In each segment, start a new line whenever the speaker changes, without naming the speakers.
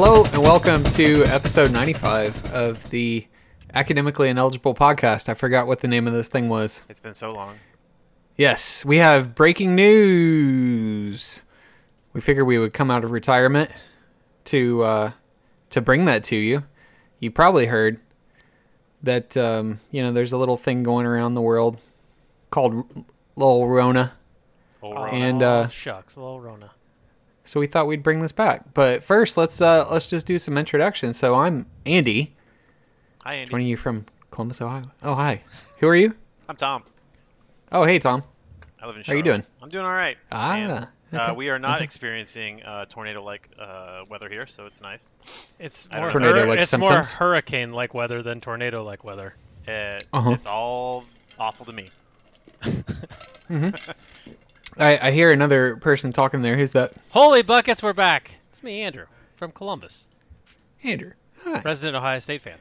Hello and welcome to episode 95 of the Academically Ineligible podcast. I forgot what the name of this thing was.
It's been so long.
Yes, we have breaking news. We figured we would come out of retirement to uh, to bring that to you. You probably heard that um, you know there's a little thing going around the world called R- Lil Rona.
Old
Oh,
Ron.
And, uh,
shucks, little Rona.
so we thought we'd bring this back. But first, let's uh, let's just do some introductions. So I'm Andy,
Hi, Andy.
joining you from Columbus, Ohio. Oh hi, who are you?
I'm Tom.
Oh hey Tom.
I live in. Charlotte.
How you doing?
I'm doing all right.
Ah,
And,
okay.
uh, we are not
Okay.
experiencing uh, tornado-like uh, weather here, so it's nice.
It's
I
more
don't know.
Tornado-like
it's
symptoms?
more hurricane like weather than tornado like weather.
Uh
Uh-huh.
It's all awful to me.
I, I hear another person talking there. Who's that?
Holy buckets, we're back. It's me, Andrew, from Columbus,
Andrew. Hi.
resident Ohio State fan.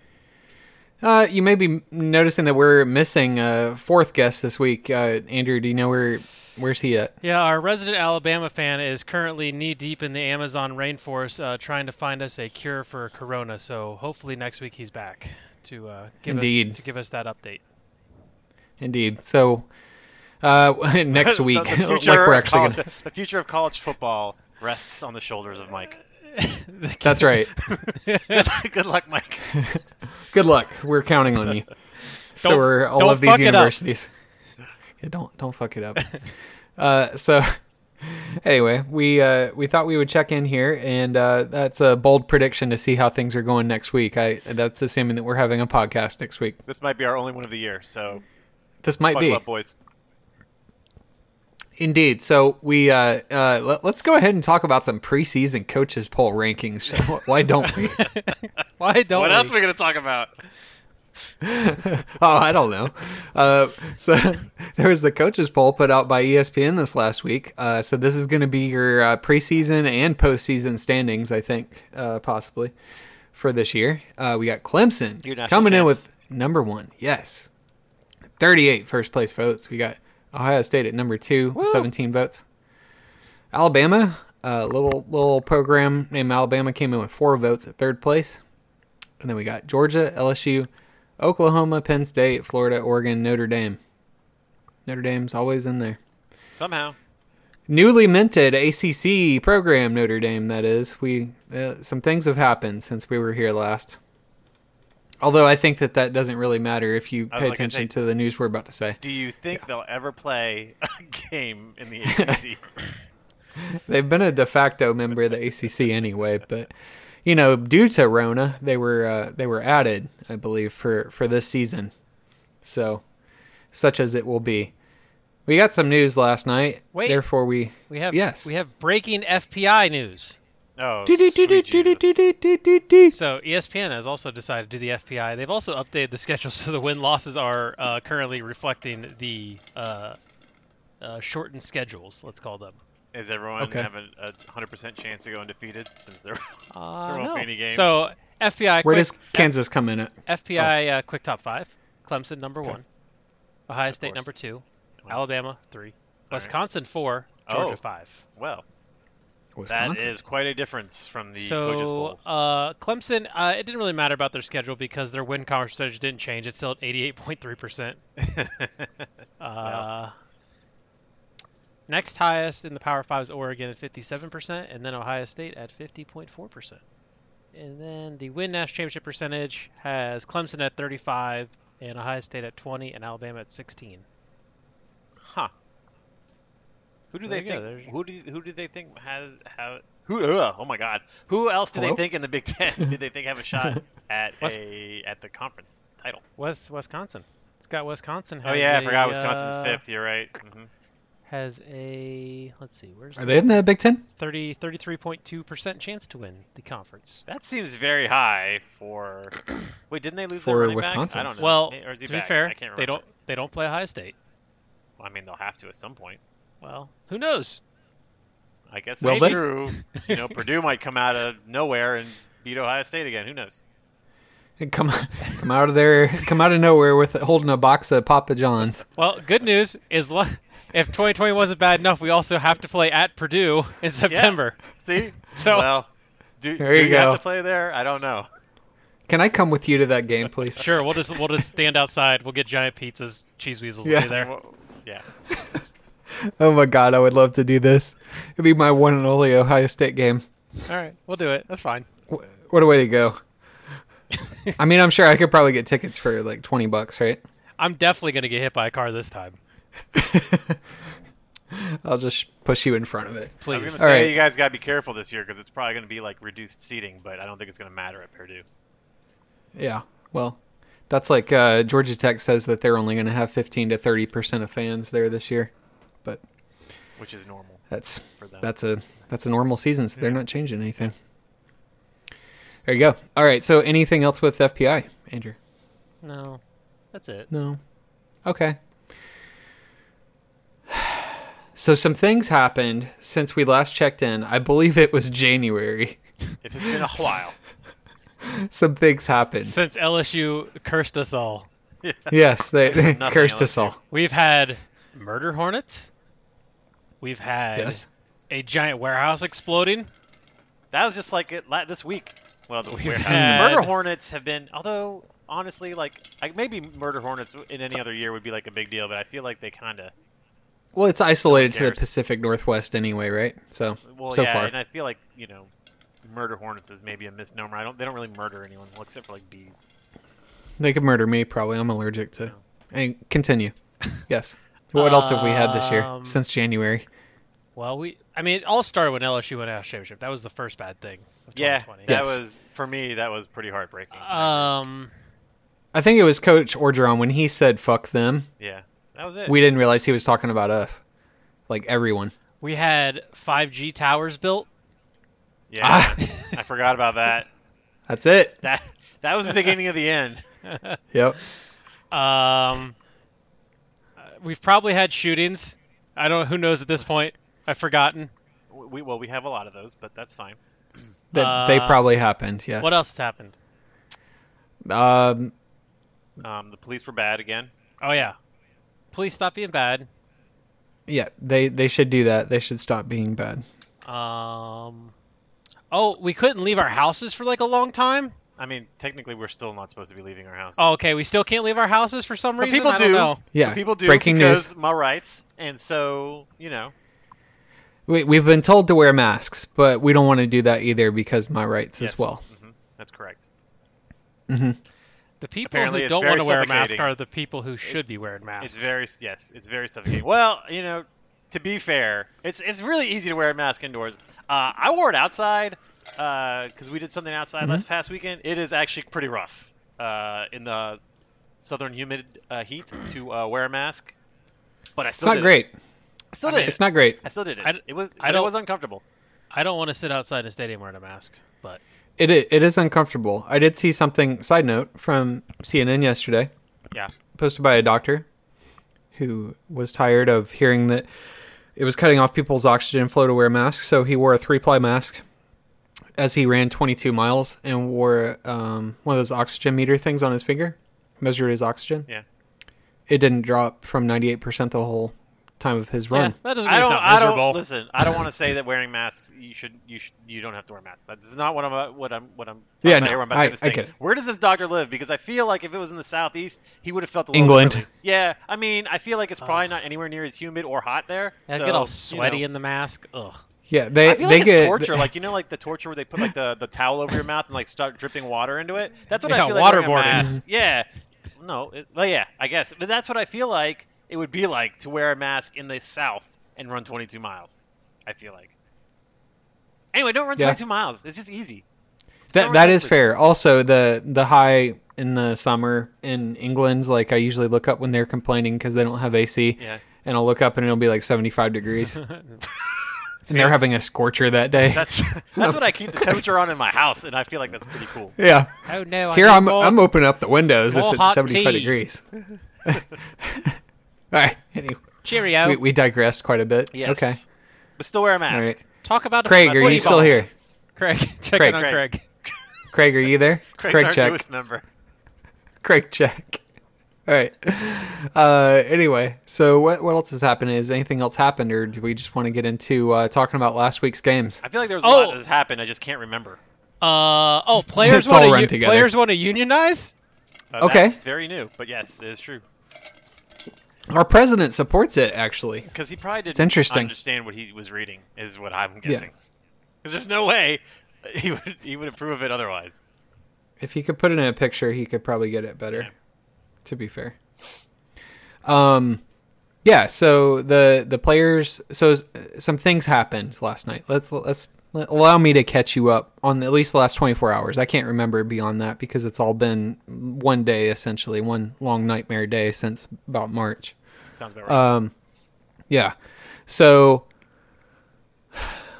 Uh, you may be m- noticing that we're missing a fourth guest this week. Uh, Andrew, do you know where where's he at?
Yeah, our resident Alabama fan is currently knee deep in the Amazon rainforest, uh, trying to find us a cure for Corona. So hopefully next week he's back to uh, give
Indeed.
us to give us that update.
Indeed. So uh, next
The-
week,
the,
like
future
we're
of
actually
college,
gonna,
the future of college football rests on the shoulders of Mike. Oh.
that's right.
Good, good luck, Mike.
Good luck. We're counting on you. So
Don't-
are all
don't
of these
fuck it up.
universities. Yeah, don't don't fuck it up. uh, so anyway, we uh, we thought we would check in here, and uh, that's a bold prediction to see how things are going next week. I that's assuming that we're having a podcast next week.
This might be our only one of the year, so
This might
buckle
be
up, boys.
indeed. So we uh, uh, let, let's go ahead and talk about some preseason coaches poll rankings. shall- Why don't we?
Why don't
What
we?
else are we gonna talk about?
oh, I don't know. Uh, so there was the coaches poll put out by E ESPN this last week. Uh, so this is going to be your uh, preseason and postseason standings, I think, uh, possibly for this year. Uh, we got Clemson
Your national
coming in
champs.
with number one. Yes, 38 first place votes. We got Ohio State at number two, 17 votes. Alabama, a little little program named Alabama came in with four votes at third place. And then we got Georgia, LSU, Oklahoma, Penn State, Florida, Oregon, Notre Dame. Notre Dame's always in there.
Somehow,
Newly minted ACC program Notre Dame that is. We uh, some things have happened since we were here last. Although I think that that doesn't really matter if you
I was
pay
like gonna
attention
say-
to the news we're about to say.
do you think they'll ever play a game in the ACC?
They've been a de facto member of the ACC anyway, but you know, due to Rona, they were uh, they were added, I believe, for for this season. So, such as it will be. We got some news last night.
Wait.
Therefore, we
We have
Yes.
we have breaking FPI news.
oh, sweet Jesus.
Yes.
So E ESPN has also decided to do the FPI. They've also updated the schedule so the win losses are uh, currently reflecting the uh, uh, shortened schedules. Let's call them.
Is everyone
Okay.
having a hundred percent chance to go undefeated since they're
Uh,
There won't
no.
be any games.
So FPI.
Where
quick,
does oh. Kansas come in at?
FPI uh, quick top five? Clemson number one, Ohio State
course.
number two,
Well.
Alabama three, Wisconsin four, Georgia
Oh.
five.
well?
Wisconsin.
That is quite a difference from the coaches
so
poll.
uh, Clemson, uh, it didn't really matter about their schedule because their win conference percentage didn't change. It's still at 88.3 percent. Uh, Next highest in the Power Five is Oregon at 57%, and then Ohio State at 50.4%. And then the win national championship percentage has Clemson at 35, and Ohio State at 20, and Alabama at 16.
huh? Who do
There
they
you go,
think?
there's-
Who do who do they think has have who? ugh, oh my God! Who else do
Hello?
they think in the Big Ten? do they think have a shot at
Wes-
a at the conference title?
West Wisconsin. It's got Wisconsin.
Oh
has
yeah, I
a,
forgot Wisconsin's
uh,
fifth. You're right. hmm
Has a let's see, where's
Are
the
they in the Big Ten?
30 33.2% chance to win the conference.
That seems very high for. Wait, didn't they lose
For
their running
Wisconsin.
Back? I don't know.
Well,
Or is he
to
back?
be fair,
I can't
they don't
remember.
they don't play Ohio State.
I mean, they'll have to at some point.
Well, who knows?
I guess
Will
that's
they?
true. You know, Purdue might come out of nowhere and beat Ohio State again. Who knows?
Come come out of there. Come out of nowhere with holding a box of Papa John's.
Well, good news is li- if 2020 wasn't bad enough, we also have to play at Purdue in September.
See,
So-
well, Do,
There
do
you
you have
go.
to play there? I don't know.
Can I come with you to that game, please?
Sure, we'll just we'll just stand outside. We'll get giant pizzas, cheese weasels will
Yeah.
be there.
Well, Yeah.
Oh my god, I would love to do this. It'd be my one and only Ohio State game.
All right, we'll do it. That's fine.
Wh- What a way to go. I mean, I'm sure I could probably get tickets for like 20 bucks, right?
I'm definitely gonna get hit by a car this time.
I'll just push you in front of it.
I was gonna
Please.
say
All right.
you guys got to be careful this year because it's probably going to be like reduced seating, but I don't think it's going to matter at Purdue.
Yeah. Well, that's like uh, Georgia Tech says that they're only going to have 15 to 30 percent of fans there this year, but
which is normal
that's
for them.
that's a that's a normal season, so they're not changing anything. There you go. All right. So anything else with FPI, Andrew?
No, that's it.
No. Okay. So some things happened since we last checked in. I believe it was January.
If it's been a while,
Some things happened.
Since LSU cursed us all,
Yes, they, they
Nothing
cursed
else
us all.
we've had murder hornets. We've had
Yes.
a giant warehouse exploding.
that was just like it la- this week. Well, the warehouse.
had-
murder hornets have been. Although honestly, like I, maybe murder hornets in any other year would be like a big deal, but I feel like they kind of
Well, it's isolated to the
cares?
Pacific Northwest anyway, right? So
well,
so
yeah,
far,
and I feel like you know, murder hornets is maybe a misnomer. I don't. They don't really murder anyone well, except for like bees.
they could murder me. Probably, I'm allergic to.
Oh.
And continue. Yes. What else have we had this year
Um,
since January?
Well, we I mean, it all started when LSU won national championship. That was the first bad thing. Of
Yeah,
2020.
that
Yes.
was for me. That was pretty heartbreaking.
Um,
I think it was Coach Orgeron when he said "fuck them."
yeah, that was it.
We didn't realize he was talking about us, like everyone.
we had 5G towers built.
yeah,
ah.
I forgot about that.
That's it.
That that was the beginning of the end.
Yep.
Um, uh, we've probably had shootings. I don't. Who knows at this point? I've forgotten.
We well, we have a lot of those, but that's fine.
That they
Uh,
probably happened. Yes.
What else has happened?
Um,
Um, the police were bad again.
Oh yeah, please stop being bad.
yeah, they they should do that. They should stop being bad.
Um, oh, we couldn't leave our houses for like a long time.
I mean, technically, we're still not supposed to be leaving our house.
Oh, okay, we still can't leave our houses for some
But
reason.
people
I don't
do.
know.
Yeah.
But people do
Breaking
because
news.
my rights, and so you know,
We, we've been told to wear masks, but we don't want to do that either because my rights
yes.
as well.
hmm That's correct.
The people
Apparently
who
it's
don't
very
want to wear a mask
suffocating.
are the people who should be wearing masks.
It's very yes, it's very suffocating. well, you know, to be fair, it's it's really easy to wear a mask indoors. Uh, I wore it outside because we did something outside last
Mm-hmm.
past weekend. It is actually pretty rough uh, in the southern humid uh, heat to uh, wear a mask, but I
It's
still
not
did it.
great.
I still
I
did
mean,
it.
It's not great.
I still did it.
I d-
it was
I
but it
don't-
was uncomfortable.
I don't want to sit outside a stadium wearing a mask, but
It i- it is uncomfortable. I did see something. Side note from CNN yesterday,
Yeah.
posted by a doctor who was tired of hearing that it was cutting off people's oxygen flow to wear masks. So he wore a three ply mask as he ran 22 miles and wore um, one of those oxygen meter things on his finger, measured his oxygen.
Yeah.
it didn't drop from 98% the whole time of his run.
that doesn't mean
I
it's
don't.
not
I
miserable.
don't listen. I don't want to say that wearing masks you should you should you don't have to wear masks. That's not what I'm uh, what I'm what I'm. talking
Yeah,
about
no,
here when I'm about
I-
to
I
this thing.
get it.
Where does this doctor live? Because I feel like if it was in the southeast, he would have felt a little
England.
differently. Yeah, I mean, I feel like it's probably not anywhere near as humid or hot there.
I
so,
get all
you
sweaty
know.
in the mask. Ugh.
Yeah, they
I feel
they
like
get
it's torture, like you know, like the torture where they put like the, the towel over your mouth and like start dripping water into it. That's what
Yeah,
I feel like. wearing a
waterboarding.
mask- Yeah. No. It, well, yeah, I guess, but that's what I feel like it would be like to wear a mask in the South and run 22 miles. I feel like. Anyway, don't run
Yeah.
22 miles. It's just easy. Just don't
That
run
that is
22.
fair. Also, the the high in the summer in England's like I usually look up when they're complaining because they don't have AC.
Yeah.
And I'll look up and it'll be like 75 degrees, and they're having a scorcher that day.
That's that's what I keep the temperature on in my house, and I feel like that's pretty cool.
yeah.
Oh no!
Here
I
I'm I'm opening up the windows if
more
it's
hot
75
tea.
degrees. All right. Anyway,
Cheerio.
we, we digressed quite a bit.
Yes.
Okay.
But still wear a mask.
right.
Talk about
Craig,
that's
are
what
you still
call it.
here?
Craig, check
Craig.
in on
Craig.
Craig.
Craig, are you there?
Craig's
Craig
our
check.
newest member.
Craig check. All right. Uh, anyway, so what what else has happened? Is anything else happened, or do we just want to get into uh, talking about last week's games?
I feel like there was a
Oh.
lot that's happened. I just can't remember.
Uh, oh, players
Let's all
want
run
to
together.
players want to unionize.
Uh,
Okay.
That's very new, but yes, it is true.
Our president supports it, actually.
Because he probably didn't
interesting.
understand what he was reading, is what I'm guessing. Because there's no way he would he would approve of it otherwise.
If he could put it in a picture, he could probably get it better.
Yeah.
To be fair. Um, yeah. So the the players. So s- some things happened last night. Let's let's let, allow me to catch you up on at least the last twenty four hours. I can't remember beyond that because it's all been one day essentially, one long nightmare day since about March.
Sounds about right.
Um, yeah. So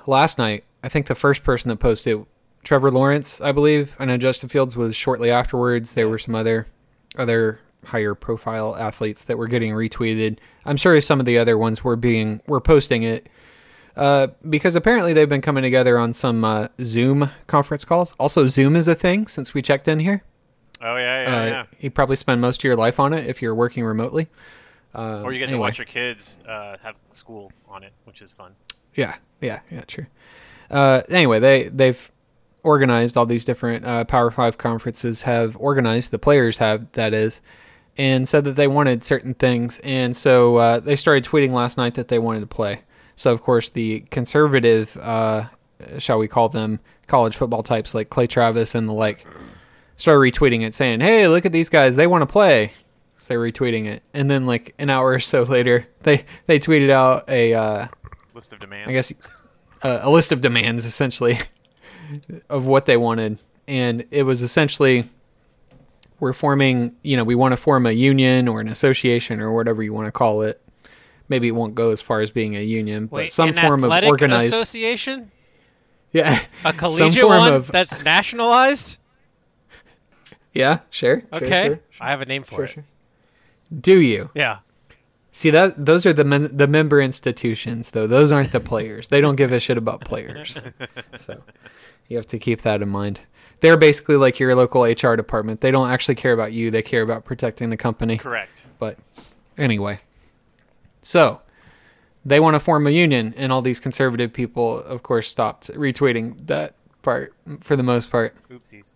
last night, I think the first person that posted, Trevor Lawrence, I believe. I know Justin Fields was shortly afterwards. There were some other other higher profile athletes that were getting retweeted. I'm sure some of the other ones were being were posting it. Uh, because apparently they've been coming together on some uh, Zoom conference calls. Also, Zoom is a thing since we checked in here.
oh yeah, yeah,
uh,
yeah.
You probably spend most of your life on it if you're working remotely. Um,
Or you get to
anyway.
watch your kids uh, have school on it, which is fun.
Yeah, yeah, yeah, true. Uh, anyway, they they've organized all these different uh, Power Five conferences. Have organized the players have that is, and said that they wanted certain things, and so uh, they started tweeting last night that they wanted to play. So of course the conservative, uh, shall we call them, college football types like Clay Travis and the like, started retweeting it saying, "Hey, look at these guys! They want to play." So they're retweeting it, and then like an hour or so later, they they tweeted out a. Uh,
List of demands.
I guess uh, a list of demands essentially of what they wanted, and it was essentially we're forming, you know, we want to form a union or an association or whatever you want to call it. Maybe it won't go as far as being a union, but
Wait,
some
an
form of
athletic
organized,
association,
yeah,
a collegiate
form
one
of-
that's nationalized.
yeah, sure, sure,
Okay,
sure,
I have a name for
sure,
it.
sure. Do you
Yeah,
see that? Those are the men, the member institutions, though. Those aren't the players. They don't give a shit about players. So you have to keep that in mind. They're basically like your local HR department. They don't actually care about you, they care about protecting the company.
Correct.
But anyway. So they want to form a union, and all these conservative people, of course, stopped retweeting that part for the most part.
Oopsies.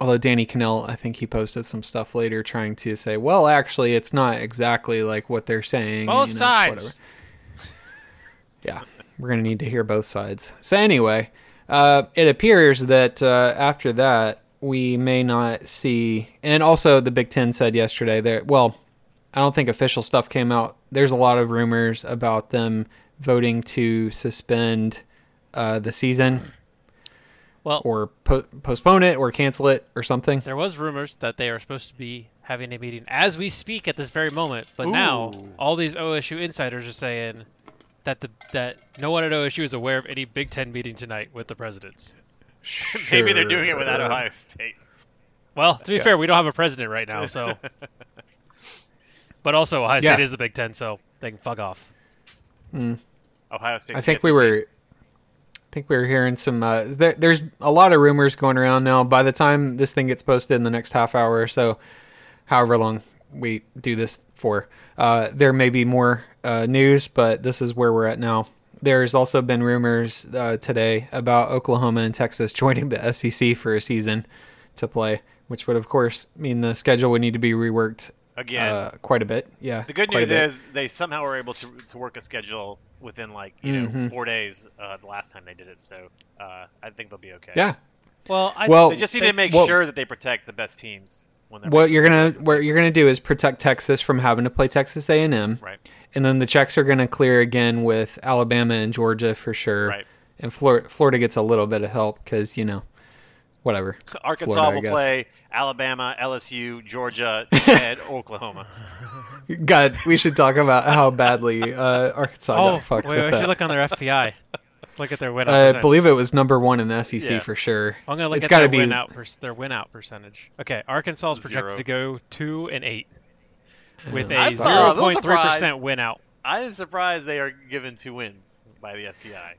Although Danny Cannell, I think he posted some stuff later trying to say, well, actually, it's not exactly like what they're saying.
Both
it's
sides.
Yeah, we're going to need to hear both sides. So, anyway, uh, it appears that uh, after that, we may not see. And also, the Big Ten said yesterday that, well, I don't think official stuff came out. There's a lot of rumors about them voting to suspend uh, the season
well,
or po- postpone it or cancel it or something.
There was rumors that they are supposed to be having a meeting as we speak at this very moment, but now
Ooh.
all these OSU insiders are saying that the that no one at OSU is aware of any Big Ten meeting tonight with the presidents.
Maybe they're doing it without
Sure.
Ohio State.
Well, to be
Yeah.
fair, we don't have a president right now, so. but also, Ohio State
Yeah.
is the Big Ten, so they can fuck off.
Ohio State.
I think we were. I think we were hearing some. Uh, there, there's a lot of rumors going around now. By the time this thing gets posted in the next half hour or so, however long we do this for, uh, there may be more uh, news. But this is where we're at now. There's also been rumors uh, today about Oklahoma and Texas joining the SEC for a season to play, which would of course mean the schedule would need to be reworked
again.
uh, quite a bit. Yeah.
the good
quite a
news
bit.
is they somehow were able to to work a schedule within like you know
Mhm.
four days uh, the last time they did it. So uh, I think they'll be okay.
yeah.
Well, I
Well-
They just need to make
Well-
sure that they protect the best teams when they're
what you're gonna what you're gonna do is protect Texas from having to play Texas A and M,
right.
and then the checks are gonna clear again with Alabama and Georgia for sure,
Right.
and Florida Florida gets a little bit of help because you know, whatever.
Arkansas
Florida, I
will
guess.
play Alabama, LSU, Georgia, and Oklahoma.
God, we should talk about how badly uh, Arkansas
oh,
got fucked
wait,
with
I
that.
should look on their FPI. Look at their win out.
I
percentage.
believe it was number one in the SEC
Yeah.
for sure.
I'm gonna look
it's
at their
gotta be
win out per- their win out percentage. Okay, Arkansas is projected
Zero.
to go two and eight with
I
a
saw-
zero
I was
point three percent win out.
I am surprised they are given two wins by the FBI.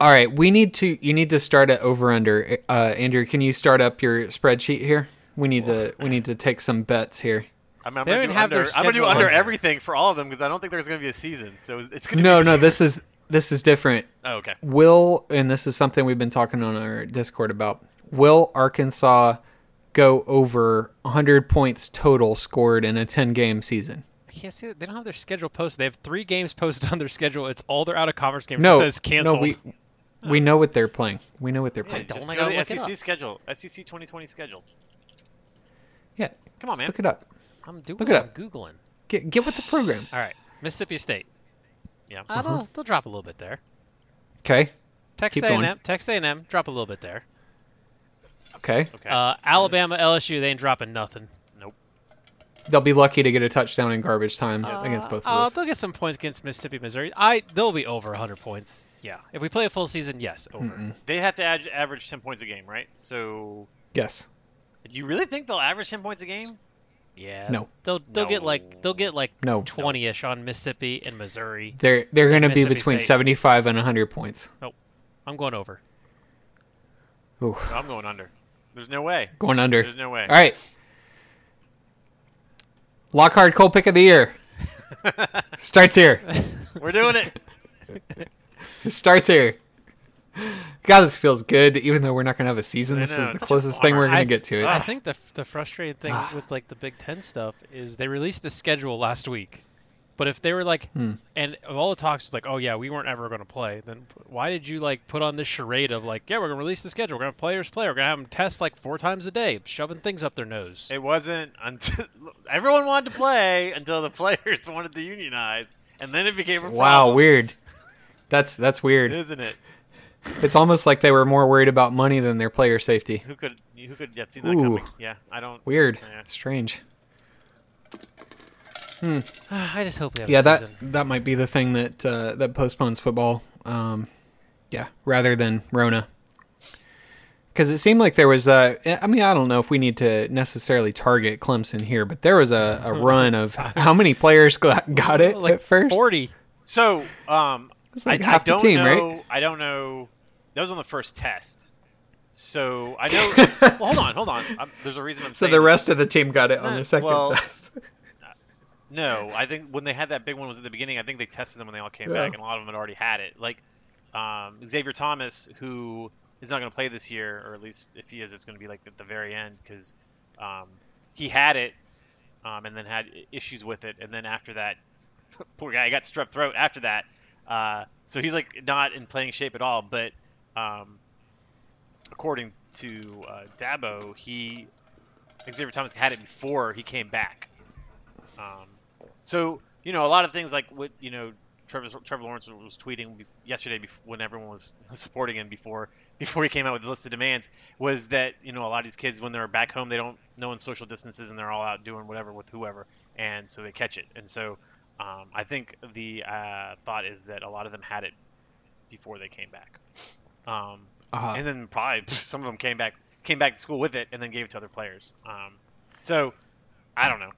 All right, we need to. You need to start at over under. Uh, Andrew, can you start up your spreadsheet here? We need to. We need to take some bets here.
I'm, I'm
They
gonna
don't
do
have their
under, I'm gonna do
schedule
under
on there.
everything for all of them because I don't think there's gonna be a season, so it's- it's gonna
No,
be
no, this is this is different.
Oh, okay.
Will, and this is something we've been talking on our Discord about. Will Arkansas go over 100 points total scored in a 10 game season?
I can't see. They don't have their schedule posted. They have three games posted on their schedule. It's all their out of conference games.
No,
it says canceled.
no, we we know what they're playing. We know what they're
Yeah,
playing.
don't
just
like
go
I
to the
look it
SEC
up.
schedule. E SEC 2020 schedule.
Yeah,
Come on, man.
look it up.
I'm doing.
Look it
I'm
up.
Googling.
Get get with the program.
All right, Mississippi State.
Yeah.
Uh-huh.
Uh, they'll, they'll drop a little bit there.
Okay,
Texas
Keep
A&M.
going.
Texas A&M drop a little bit there.
okay.
Okay.
Uh, Alabama, LSU. They ain't dropping nothing.
nope.
They'll be lucky to get a touchdown in garbage time
Uh,
against both
uh,
of those.
they'll get some points against Mississippi, Missouri. I they'll be over 100 points. Yeah, if we play a full season, yes, over.
They have to ad- average 10 points a game, right? So,
yes.
do you really think they'll average 10 points a game?
Yeah.
No.
They'll they'll get like they'll get like
No.
20ish on Mississippi and Missouri.
They're they're going to be
Mississippi
between
State.
75 and 100 points.
I'm going over.
Ooh,
No, I'm going under. There's no way.
going under.
There's no way.
All right. Lockhart cold pick of the year. Starts here.
We're doing it.
It starts here. God, this feels good. Even though we're not going to have a season,
I
this
know,
is
it's
the
such a
closest thing
bummer.
we're going
I-
to get to it.
I think the the frustrating thing
Ah.
with like the Big Ten stuff is they released the schedule last week, but if they were like,
Hmm.
and of all the talks was like, oh yeah, we weren't ever going to play, then why did you like put on this charade of like, yeah, we're going to release the schedule, we're going to players play, we're going to have them test like four times a day, shoving things up their nose.
It wasn't until everyone wanted to play until the players wanted to unionize, and then it became a
wow,
problem,
weird. That's that's weird.
isn't it?
It's almost like they were more worried about money than their player safety.
Who could who could have seen that
Ooh.
coming? Yeah, I don't.
Weird.
Yeah.
Strange.
I just hope we have
Yeah,
a
that
season.
that might be the thing that uh, that postpones football. Um, yeah, rather than Rona. Because it seemed like there was a. eh, I mean, I don't know if we need to necessarily target Clemson here, but there was a, a run of how many players got, got it
like
at first?
forty.
So, um,
It's like
I,
half
I
the
don't
team, right?
know. I don't know. That was on the first test. So I know. well, hold on, hold on. i there's a reason I'm
So
saying
the
this.
rest of the team got it on the second
well,
test.
No, I think when they had that big one was at the beginning. I think they tested them when they all came
Yeah.
back, and a lot of them had already had it. Like um, Xavier Thomas, who is not going to play this year, or at least if he is, it's going to be like at the very end because um, he had it um, and then had i- issues with it, and then after that, poor guy got strep throat after that. Uh, so he's like not in playing shape at all. But um, according to uh, Dabo, he Xavier Thomas had it before he came back. Um, so you know, a lot of things like what you know, Trevor Trevor Lawrence was tweeting bef- yesterday bef- when everyone was supporting him before before he came out with the list of demands was that you know a lot of these kids when they're back home they don't know when social distances and they're all out doing whatever with whoever and so they catch it and so um, I think the uh, thought is that a lot of them had it before they came back. Um,
Uh,
and then probably some of them came back came back to school with it and then gave it to other players. Um, so I don't know,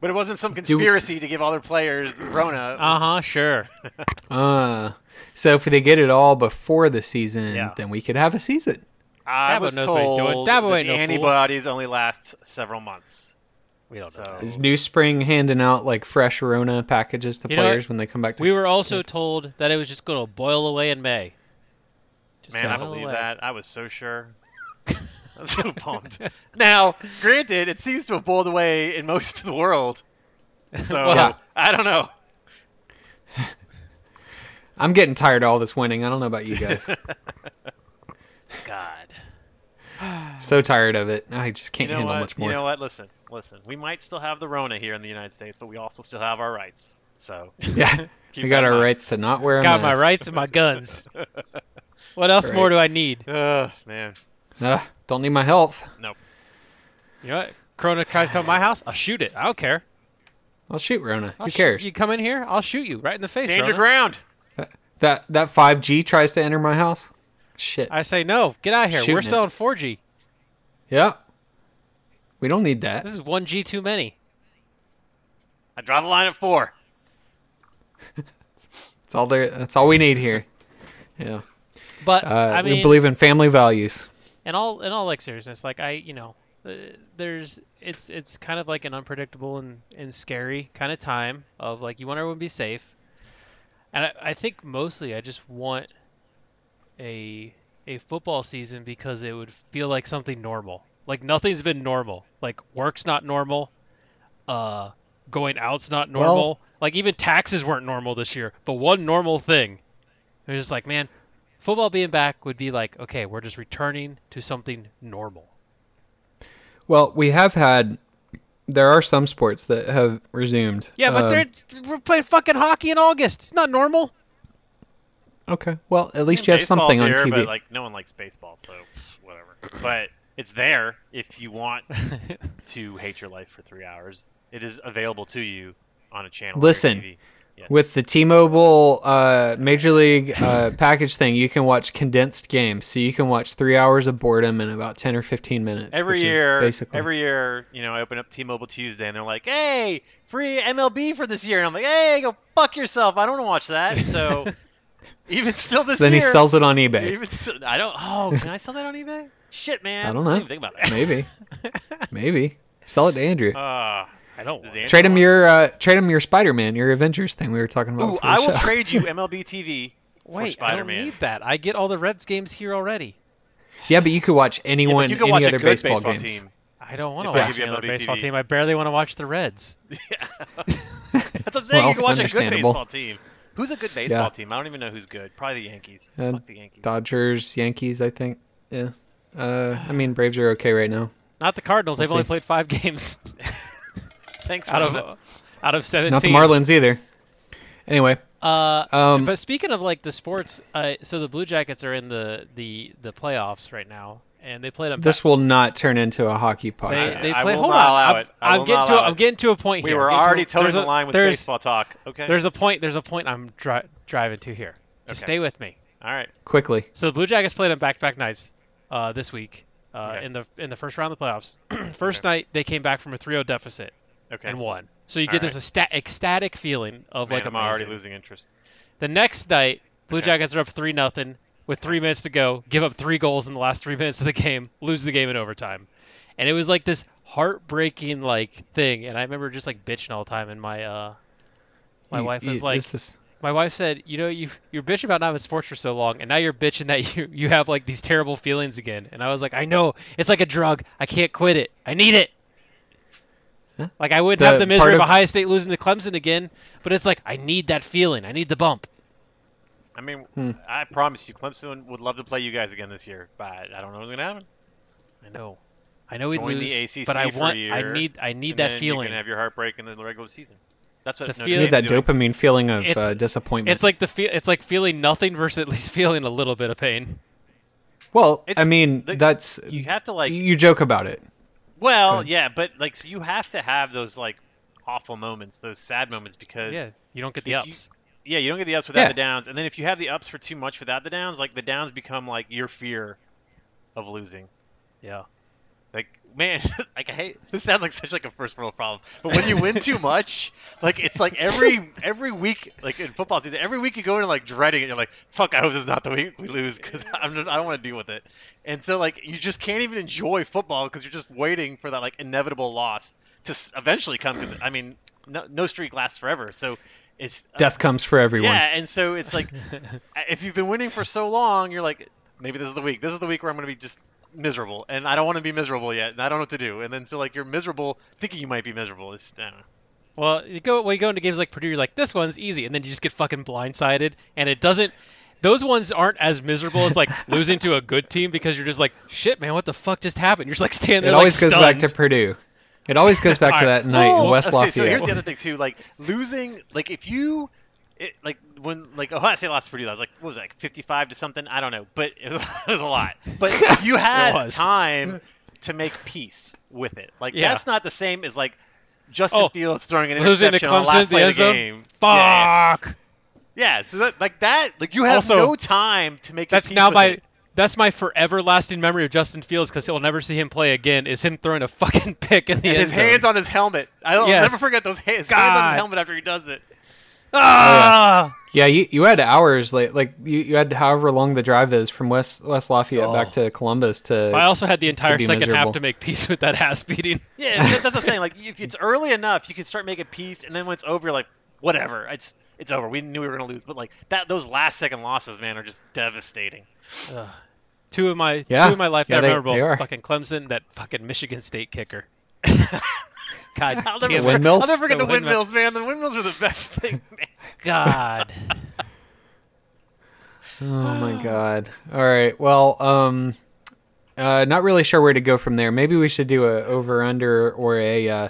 but it wasn't some conspiracy to give other players Rona.
Uh huh. Sure.
uh, so if they get it all before the season,
Yeah.
then we could have a season.
I
Dabo
was
knows
told
what he's doing. Dabo
that
ain't no fool.
antibodies only last several months.
We don't know.
So-
Is New Spring handing out like fresh Rona packages to
You know what?
players when they come back? To-
We were also told that it was just going to boil away in May. Just
Man, I
boil
believe
away.
that. I was so sure. I'm so pumped. Now, granted, it seems to have boiled away in most of the world. So
Well-
I don't know.
I'm getting tired of all this winning. I don't know about you guys.
God.
so tired of it. I just can't
you know
handle
what?
much more.
You know what? Listen, listen. We might still have the Rona here in the United States, but we also still have our rights. So
yeah,
keep
we got
that in
our
mind.
rights to not wear a
Got my
mask.
rights and my guns. What else
Right.
more do I need?
Ugh, man.
Ugh, don't need my health.
Nope.
You know what? Corona tries to come to my house. I'll shoot it. I don't care.
I'll shoot Rona.
I'll
Who
shoot-
cares?
You come in here, I'll shoot you right in the face.
Stand your
Rona.
ground.
That that 5G tries to enter my house. Shit.
I say no. Get out of here.
Shooting
We're
it.
still on 4G.
Yep. We don't need that.
This is 1G too many.
I draw the line at four.
That's all there. That's all we need here. Yeah.
But
Uh,
I mean,
we believe in family values.
and all in all like seriousness like i you know uh, there's it's it's kind of like an unpredictable and, and scary kind of time of like you want everyone to be safe and I, I think mostly i just want a a football season because it would feel like something normal. Like nothing's been normal. Like work's not normal. Uh, going out's not normal. like even taxes weren't normal this year. The one normal thing, it was just like, man, football being back would be like, okay, we're just returning to something normal.
Well, we have had. There are some sports that have resumed.
Yeah, but
Uh,
they're we're playing fucking hockey in August. It's not normal.
Um, okay. Well, at least you have
Baseball's
something on
here,
TV.
But like no one likes baseball, so whatever. But it's there if you want to hate your life for three hours. It is available to you on a channel. on your
Listen.
TV. Yes.
With the T-Mobile uh, Major League uh, package thing, you can watch condensed games, so you can watch three hours of boredom in about ten or fifteen minutes.
every
which is
year,
basically.
every year, you know, I open up T-Mobile Tuesday, and they're like, "Hey, free MLB for this year," and I'm like, "Hey, go fuck yourself. I don't want to watch that." So even still this
so then
year,
he sells it on eBay.
even still, I don't. Oh, can I sell that on eBay? Shit, man.
I don't know.
didn't even think about that.
Maybe, maybe sell it to Andrew.
Ah, I don't. want it.
trade him your uh, trade him your Spider-Man, your Avengers thing we were talking about.
Ooh,
before
I
the
will
show.
trade you MLB TV for
Wait,
Spider-Man.
I don't need that. I get all the Reds games here already.
Yeah, but you could watch
Yeah, but
anyone,
you can
any
watch
other
a good
baseball,
baseball
games.
team.
I don't want to
If I
watch
give you
another
MLB
baseball
TV.
team. I barely want to watch the Reds.
That's what I'm saying.
Well,
you can watch a good
understandable.
baseball team. Who's a good baseball
Yeah.
team? I don't even know who's good. Probably the Yankees.
Uh,
Fuck the Yankees.
Dodgers, Yankees, I think. Yeah, uh, I mean Braves are okay right now.
Not the Cardinals. They've
We'll
only
see.
played five games
Thanks for
out
the-
of out of seventeen.
Not the Marlins either. Anyway,
Uh,
Um,
but speaking of like the sports, uh, so the Blue Jackets are in the the the playoffs right now, and they played them.
this will not turn into a hockey
they,
podcast.
they
I
play.
will
Hold
not
on,
allow
I'm,
it. I
I'm
will
getting
not
to. a-
allow
I'm
it.
getting to a point
we
here.
were
I'm getting to a-
already towing
there's
the
a-
line with
there's,
baseball talk. Okay.
There's a point. There's a point I'm dri- driving to here. Just
Okay.
stay with me.
All right.
Quickly,
So the Blue Jackets played on back-to-back nights uh, this week uh,
Okay.
in the in the first round of the playoffs. first night they came back from a 3-0 deficit
Okay.
and won. So you
All
get this ecsta- ecstatic feeling of
Man,
like
I'm
amazing.
already losing interest.
The next night, Blue
Okay.
Jackets are up three nothing with three minutes to go, give up three goals in the last three minutes of the game, lose the game in overtime, and it was like this heartbreaking like thing. And I remember just like bitching all the time, and my uh, my
You-
wife
you-
was like,
this is-
my wife said, you know, you you're bitching about not having sports for so long, and now you're bitching that you you have like these terrible feelings again. And I was like, I know, it's like a drug. I can't quit it. I need it.
Huh?
Like I wouldn't
The
have the
part
misery of,
of-
Ohio State losing to Clemson again, but it's like I need that feeling. I need the bump.
I mean,
Hmm.
I promise you, Clemson would love to play you guys again this year, but I don't know what's gonna happen.
I know. I know we
Join the
lose,
ACC
but I
for a
want.
year,
I need. I need
And
that
then You
feeling.
can have your heartbreak in the regular season. That's what
The
Notre
feel-
you
You
Dame's
need that
doing.
dopamine feeling of
It's-
uh, disappointment.
It's like the feel. It's like feeling nothing versus at least feeling a little bit of pain.
well,
it's-
I mean,
the-
that's
You have to like
you joke about it.
Well,
Okay.
yeah, but like so you have to have those like awful moments, those sad moments because
Yeah, you don't get the
if you-
ups.
yeah, you don't get the ups without
Yeah.
the downs. And then if you have the ups for too much without the downs, like the downs become like your fear of losing.
yeah.
Like man, like I hate this sounds like such like a first world problem. But when you win too much, like it's like every every week like in football season, every week you go into like dreading it. You're like, "Fuck, I hope this is not the week we lose cuz I'm not, I don't want to deal with it." And so like you just can't even enjoy football cuz you're just waiting for that like inevitable loss to s- eventually come cuz I mean, no, no streak lasts forever. So it's
Death comes for everyone.
yeah, and so it's like if you've been winning for so long, you're like, maybe this is the week. This is the week where I'm going to be just miserable, and I don't want to be miserable yet, and I don't know what to do. And then so like you're miserable, thinking you might be miserable. It's I don't know.
Well, you go when you go into games like Purdue, you're like, this one's easy, and then you just get fucking blindsided, and it doesn't. Those ones aren't as miserable as like losing to a good team because you're just like, shit, man, what the fuck just happened? You're just like standing there.
it always
like,
goes back to
stunned.
Purdue. It always goes back to
Alright.
that night in
Well,
West
okay, So
Lafayette.
here's the other thing too, like losing, like if you, it, like when like Ohio State lost to Purdue, I was like, what was that, like 55 to something? I don't know, but it was, it was a lot. But if you had
was.
time to make peace with it. Like
Yeah.
that's not the same as like Justin
Oh,
Fields throwing an
losing to
interception on the
Clemson
last
at the
play
end
of the
zone?
game. Yeah.
Fuck.
Yeah, so that, like that, like you have
Also,
no time to make. your
That's
peace
now
with
my
it.
that's my forever lasting memory of Justin Fields because he'll never see him play again. Is him throwing a fucking pick in the
And
end
his hands on his helmet. I'll
Yes.
never forget those hands. his hands on
God.
his helmet after he does it.
Ah!
Yeah, you, you had hours like like you, you had however long the drive is from West West Lafayette back to Columbus to
I also had the entire
be
second
miserable.
half to make peace with that ass beating.
Yeah, that- that's what I'm saying. Like if it's early enough, you can start making peace, and then when it's over, you're like whatever, it's it's over. We knew we were gonna lose, but like that, those last second losses, man, are just devastating.
Two of my
Yeah.
two of my lifetime
Yeah, they-
memorable
they are.
fucking Clemson, that fucking Michigan State kicker. God
I'll never,
damn it.
forget-
windmills?
I'll never forget
The
the,
windmill.
windmills, man. The windmills were the best thing. man.
God.
Oh my god. All right. Well, um uh not really sure where to go from there. Maybe we should do a over under or a uh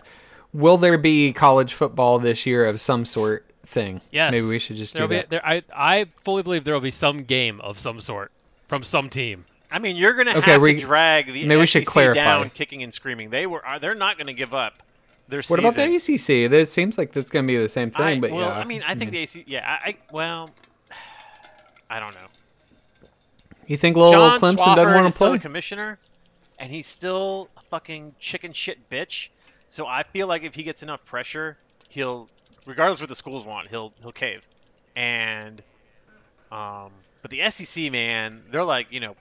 will there be college football this year of some sort thing.
Yes.
Maybe we should just do
There'll be
that.
there I I fully believe there will be some game of some sort from some team.
I mean, you're gonna
Okay,
have
we-
to drag the
maybe we should
SEC
clarify.
down, kicking and screaming. They were. are- They're not gonna give up. Their
What
season.
about the ACC? That seems like that's going to be the same thing,
I,
but
well,
yeah.
I mean, I think the AC. Yeah, I, I well, I don't know.
you think little
John
Clemson
Swafford
doesn't want
is
to
still
play?
the commissioner, and he's still a fucking chicken shit bitch. So I feel like if he gets enough pressure, he'll, regardless of what the schools want, he'll he'll cave. And, um, but the SEC man, they're like, you know,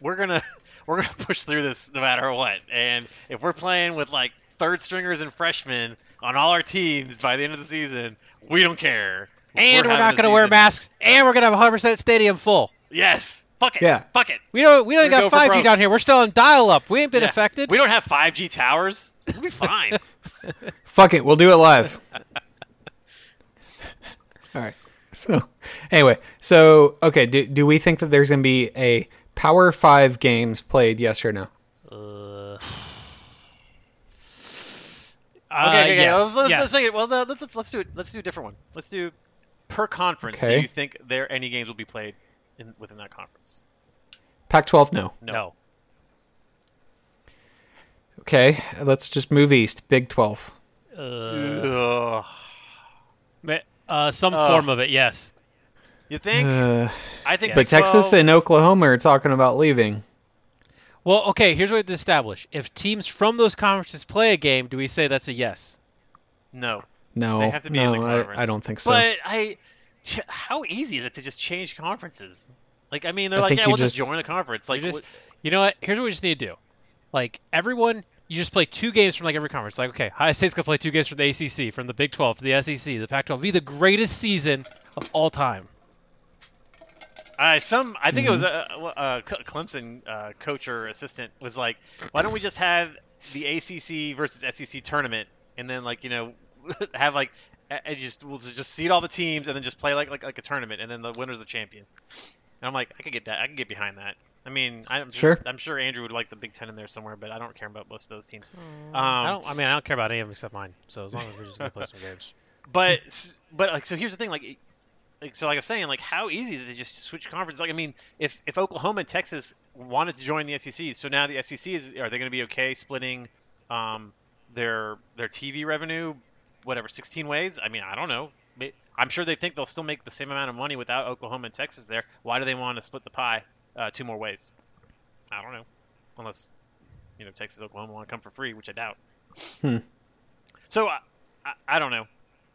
we're gonna we're gonna push through this no matter what. And if we're playing with like third stringers and freshmen on all our teams by the end of the season, we don't care.
And we're, not
having a
going to wear
season.
masks. And we're going to have 100 percent stadium full.
Yes, fuck it.
Yeah.
fuck it.
We don't. We don't
We're
even
go
got
for
5G
broke.
down here. We're still on dial up. We ain't been
Yeah.
affected.
We don't have 5G towers. We'll be fine.
Fuck it, we'll do it live. All right. So, anyway, so okay, do do we think that there's going to be a Power 5 games played yes or no?
Uh,
okay, okay, okay.
yes,
let's, let's,
yes.
let's, take it. well, no, let's, let's, let's do it. Let's do a different one. Let's do per conference.
Okay.
Do you think there any games will be played in, within that conference?
Pac 12 no.
No.
No.
Okay, let's just move east. Big 12.
Uh,
Ugh.
ma- uh, some
Ugh.
form of it, yes.
You think?
Uh,
I think.
but
Big
Texas
12
and Oklahoma are talking about leaving.
Well, okay. Here's what we have to establish: if teams from those conferences play a game, do we say that's a yes?
no.
No,
They have to be
no,
in the conference.
I, I don't think so.
But I, t- how easy is it to just change conferences? Like I mean, they're
I
like,
think
yeah,
you
we'll just,
just-
join the conference. Like,
You just,
what-
you know what? Here's what we just need to do: like everyone, you just play two games from like every conference. Like, okay, High State's gonna play two games from the ACC, from the Big 12 to the SEC, the Pac-12. Be the greatest season of all time.
Uh, some, I think it was
Mm-hmm.
a, uh uh, Cle- Clemson uh, coach or assistant was like, "Why don't we just have the ACC versus SEC tournament, and then like you know, have like, a- and just we'll just seed all the teams, and then just play like like, like a tournament, and then the winner's the champion." And I'm like, I could get that. I can get behind that. I mean, I'm
Sure.
I'm sure Andrew would like the Big Ten in there somewhere, but I don't care about most of those teams. Um,
I don't. I mean, I don't care about any of them except mine. So as long as we're just gonna play some games.
but s- but like so here's the thing like it- like so like I'm saying like how easy is it to just switch conferences like I mean if if Oklahoma and Texas wanted to join the SEC so now the SEC is are they going to be okay splitting um their their TV revenue whatever 16 ways I mean I don't know May- I'm sure they think they'll still make the same amount of money without Oklahoma and Texas there why do they want to split the pie uh, two more ways I don't know unless you know Texas Oklahoma want to come for free which I doubt
Hmm.
so I, I, I don't know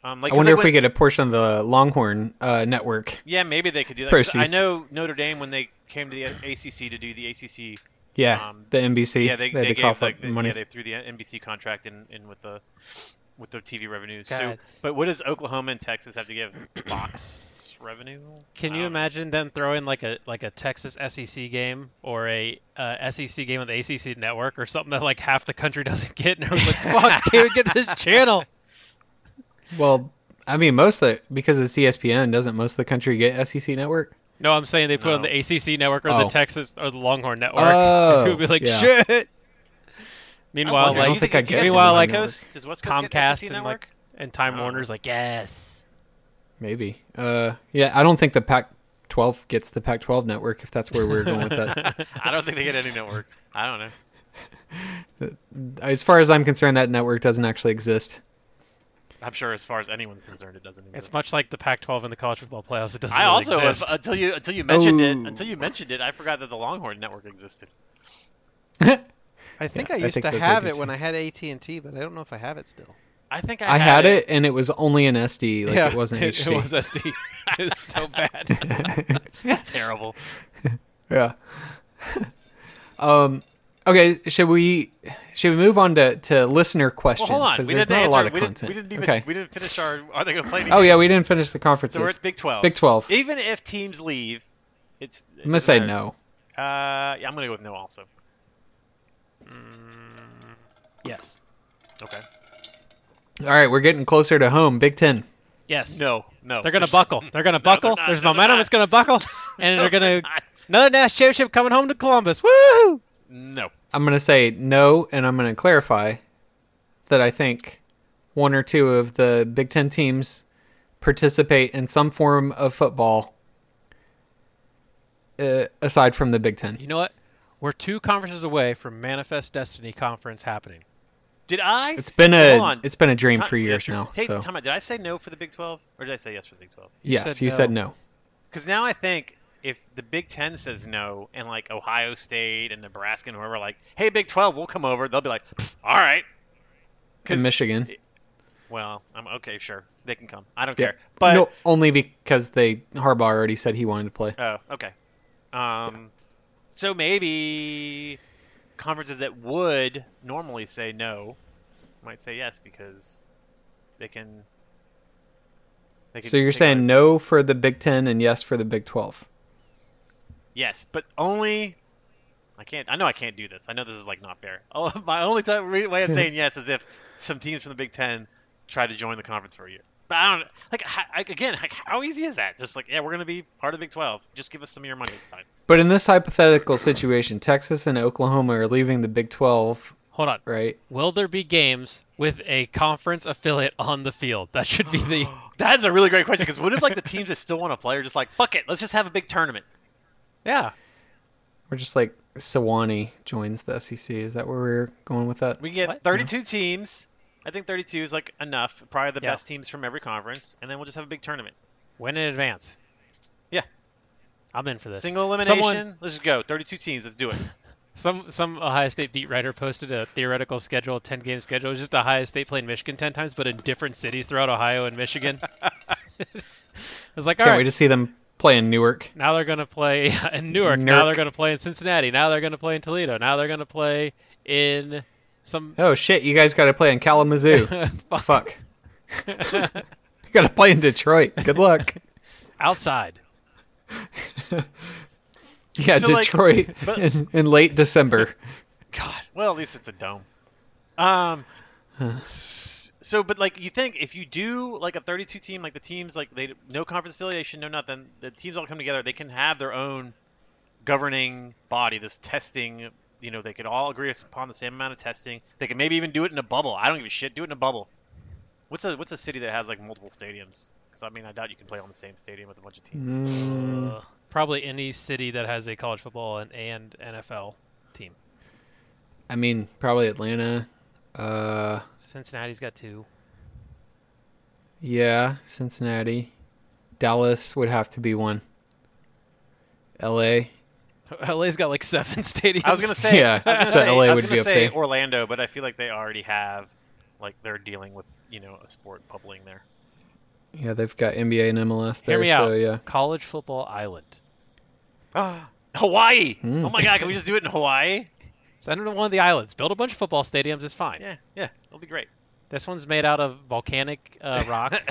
um,
I
like 'cause
wonder if
they
we
went-
get a portion of the Longhorn uh, network.
yeah, maybe they could do that. 'cause I
Proceeds.
know Notre Dame when they came to the ACC to do the ACC.
Yeah,
Um,
the NBC.
Yeah, they,
had
they,
to
gave
cough
like
up
the,
money.
yeah they threw the NBC contract in, in with the with their TV revenues. So,
God.
but what does Oklahoma and Texas have to give Fox revenue?
Can
I
you
don't know.
imagine them throwing like a like a Texas SEC game or a uh, SEC game on the ACC network or something that like half the country doesn't get, and everyone's like, "Fuck, can't we get this channel?"
Well, I mean, most of the because it's E ESPN, doesn't most of the country get SEC network?
No, I'm saying they put on
No.
the ACC network or the
Oh.
Texas or the Longhorn network.
Oh,
it would be like
yeah.
shit. Meanwhile,
wonder- I don't
like
think I
do you
get
guys have
meanwhile, like
West Coast, does West Coast get
Comcast
SEC
and
E network?
like and Time
Oh.
Warner's like, yes.
Maybe. Uh, yeah, I don't think the Pac-12 gets the Pac-12 network if that's where we're going with that.
I don't think they get any network. I don't know.
as far as I'm concerned, that network doesn't actually exist.
I'm sure as far as anyone's concerned, it doesn't. Even
It's much like the Pac-12 and the college football playoffs. It doesn't
I
really
also
exist.
until you until you mentioned it
Oh.
until you mentioned it, I forgot that the Longhorn network existed.
I think
Yeah,
I
I
used
think
to
they did
have
do
it when I had AT and T, but I don't know if I have it still.
I think I,
I had it, and it was only an SD. Like
Yeah,
it wasn't
it,
HD.
it was
E
SD. it's so bad.
Terrible.
yeah. um. Okay. Should we should we move on to, to listener questions?
Well, hold on. We
there's
didn't
not
answer.
a lot of
we,
content.
Didn't, we didn't even.
okay.
We didn't finish our. Are they going to play? Any
oh
games?
yeah, we didn't finish the conferences.
So we're at Big Twelve.
Big Twelve.
Even if teams leave, it's.
I'm gonna say no.
Uh, yeah, I'm gonna go with no also. Mm, yes. Okay.
All right, we're getting closer to home. Big Ten.
Yes.
No, no.
They're gonna buckle. They're gonna buckle.
not.
There's
No, they're
momentum.
not.
It's gonna buckle, and they're gonna
not.
another national championship coming home to Columbus. Woo!
No.
I'm going to say no, and I'm going to clarify that I think one or two of the Big Ten teams participate in some form of football uh, aside from the Big Ten.
You know what? We're two conferences away from Manifest Destiny conference happening.
Did I?
It's been
Hold
a
on.
it's been a dream
Ti-
for
yeah,
years
sure.
now.
Hey,
So
time out. Did I say no for the Big Twelve, or did I say yes for the Big Twelve?
yes,
said
you
no.
said no.
Because now I think if the Big Ten says no, and like Ohio State and Nebraska and whoever, are like, hey, Big Twelve, we'll come over. They'll be like, "Pfft, all right.
In
'Cause-
Michigan,
Well, I'm okay. Sure, they can come. I don't
yeah,
care. But
no, only because they Harbaugh already said he wanted to play.
Oh, okay. Um, so maybe conferences that would normally say no might say yes because they can. They can
So you're
take on a-
saying no for the Big Ten and yes for the Big Twelve.
yes, but only. I can't. I know I can't do this. I know this is like not fair. Oh, my only ti- re way of saying yes is if some teams from the Big Ten try to join the conference for a year. But I don't like. h- Like again, like, how easy is that? Just like yeah, we're gonna be part of the Big Twelve. Just give us some of your money. It's fine.
But in this hypothetical situation, Texas and Oklahoma are leaving the Big Twelve,
Hold on.
right?
Will there be games with a conference affiliate on the field? That should be the
That's a really great question because what if like the teams that still want to play are just like fuck it, let's just have a big tournament.
yeah.
We're just like Sewanee joins the SEC. Is that where we're going with that?
We can get
What?
32 teams. I think 32 is like enough. Probably the
Yeah.
best teams from every conference, and then we'll just have a big tournament.
Win in advance.
Yeah.
I'm in for this.
Single elimination.
Someone-
Let's just go. 32 teams. Let's do it.
Some some Ohio State beat writer posted a theoretical schedule, a ten game schedule. It was just Ohio State playing Michigan ten times, but in different cities throughout Ohio and Michigan. I was like, all
Can't
right,
wait to see them play in Newark.
now they're gonna play in Newark. Now
Newark.
they're gonna play in Cincinnati. Now they're gonna play in Toledo. Now they're gonna play in some.
Oh shit! You guys got to play in Kalamazoo.
Fuck.
Fuck. you got to play in Detroit. Good luck.
outside.
Yeah,
So, like,
Detroit
but-
in, in late December.
God. Well, at least it's a dome. Um. s- So, but like you think if you do like a 32 team, like the teams like they no conference affiliation, no nothing. The teams all come together. They can have their own governing body. This testing, you know, they could all agree upon the same amount of testing. They could maybe even do it in a bubble. I don't give a shit. Do it in a bubble. What's a what's a city that has like multiple stadiums? Because I mean, I doubt you can play on the same stadium with a bunch of teams.
Mm,
Ugh. Probably any city that has a college football and, and NFL team.
I mean, probably Atlanta. Uh,
Cincinnati's got two.
yeah, Cincinnati, Dallas would have to be one. L.A.
LA's got like seven stadiums.
I was gonna say,
Yeah,
I was gonna
so
say,
LA
I was
would
gonna
be up
say
there.
Orlando, but I feel like they already have, like they're dealing with you know a sport bubbling there.
Yeah, they've got NBA and MLS there.
Hear me
so
out.
yeah,
College football island. Ah,
Hawaii.
Hmm.
Oh my god, can we just do it in Hawaii?
Send them to one of the islands. Build a bunch of football stadiums. It's fine.
Yeah, yeah, it'll be great.
This one's made out of volcanic uh, rock.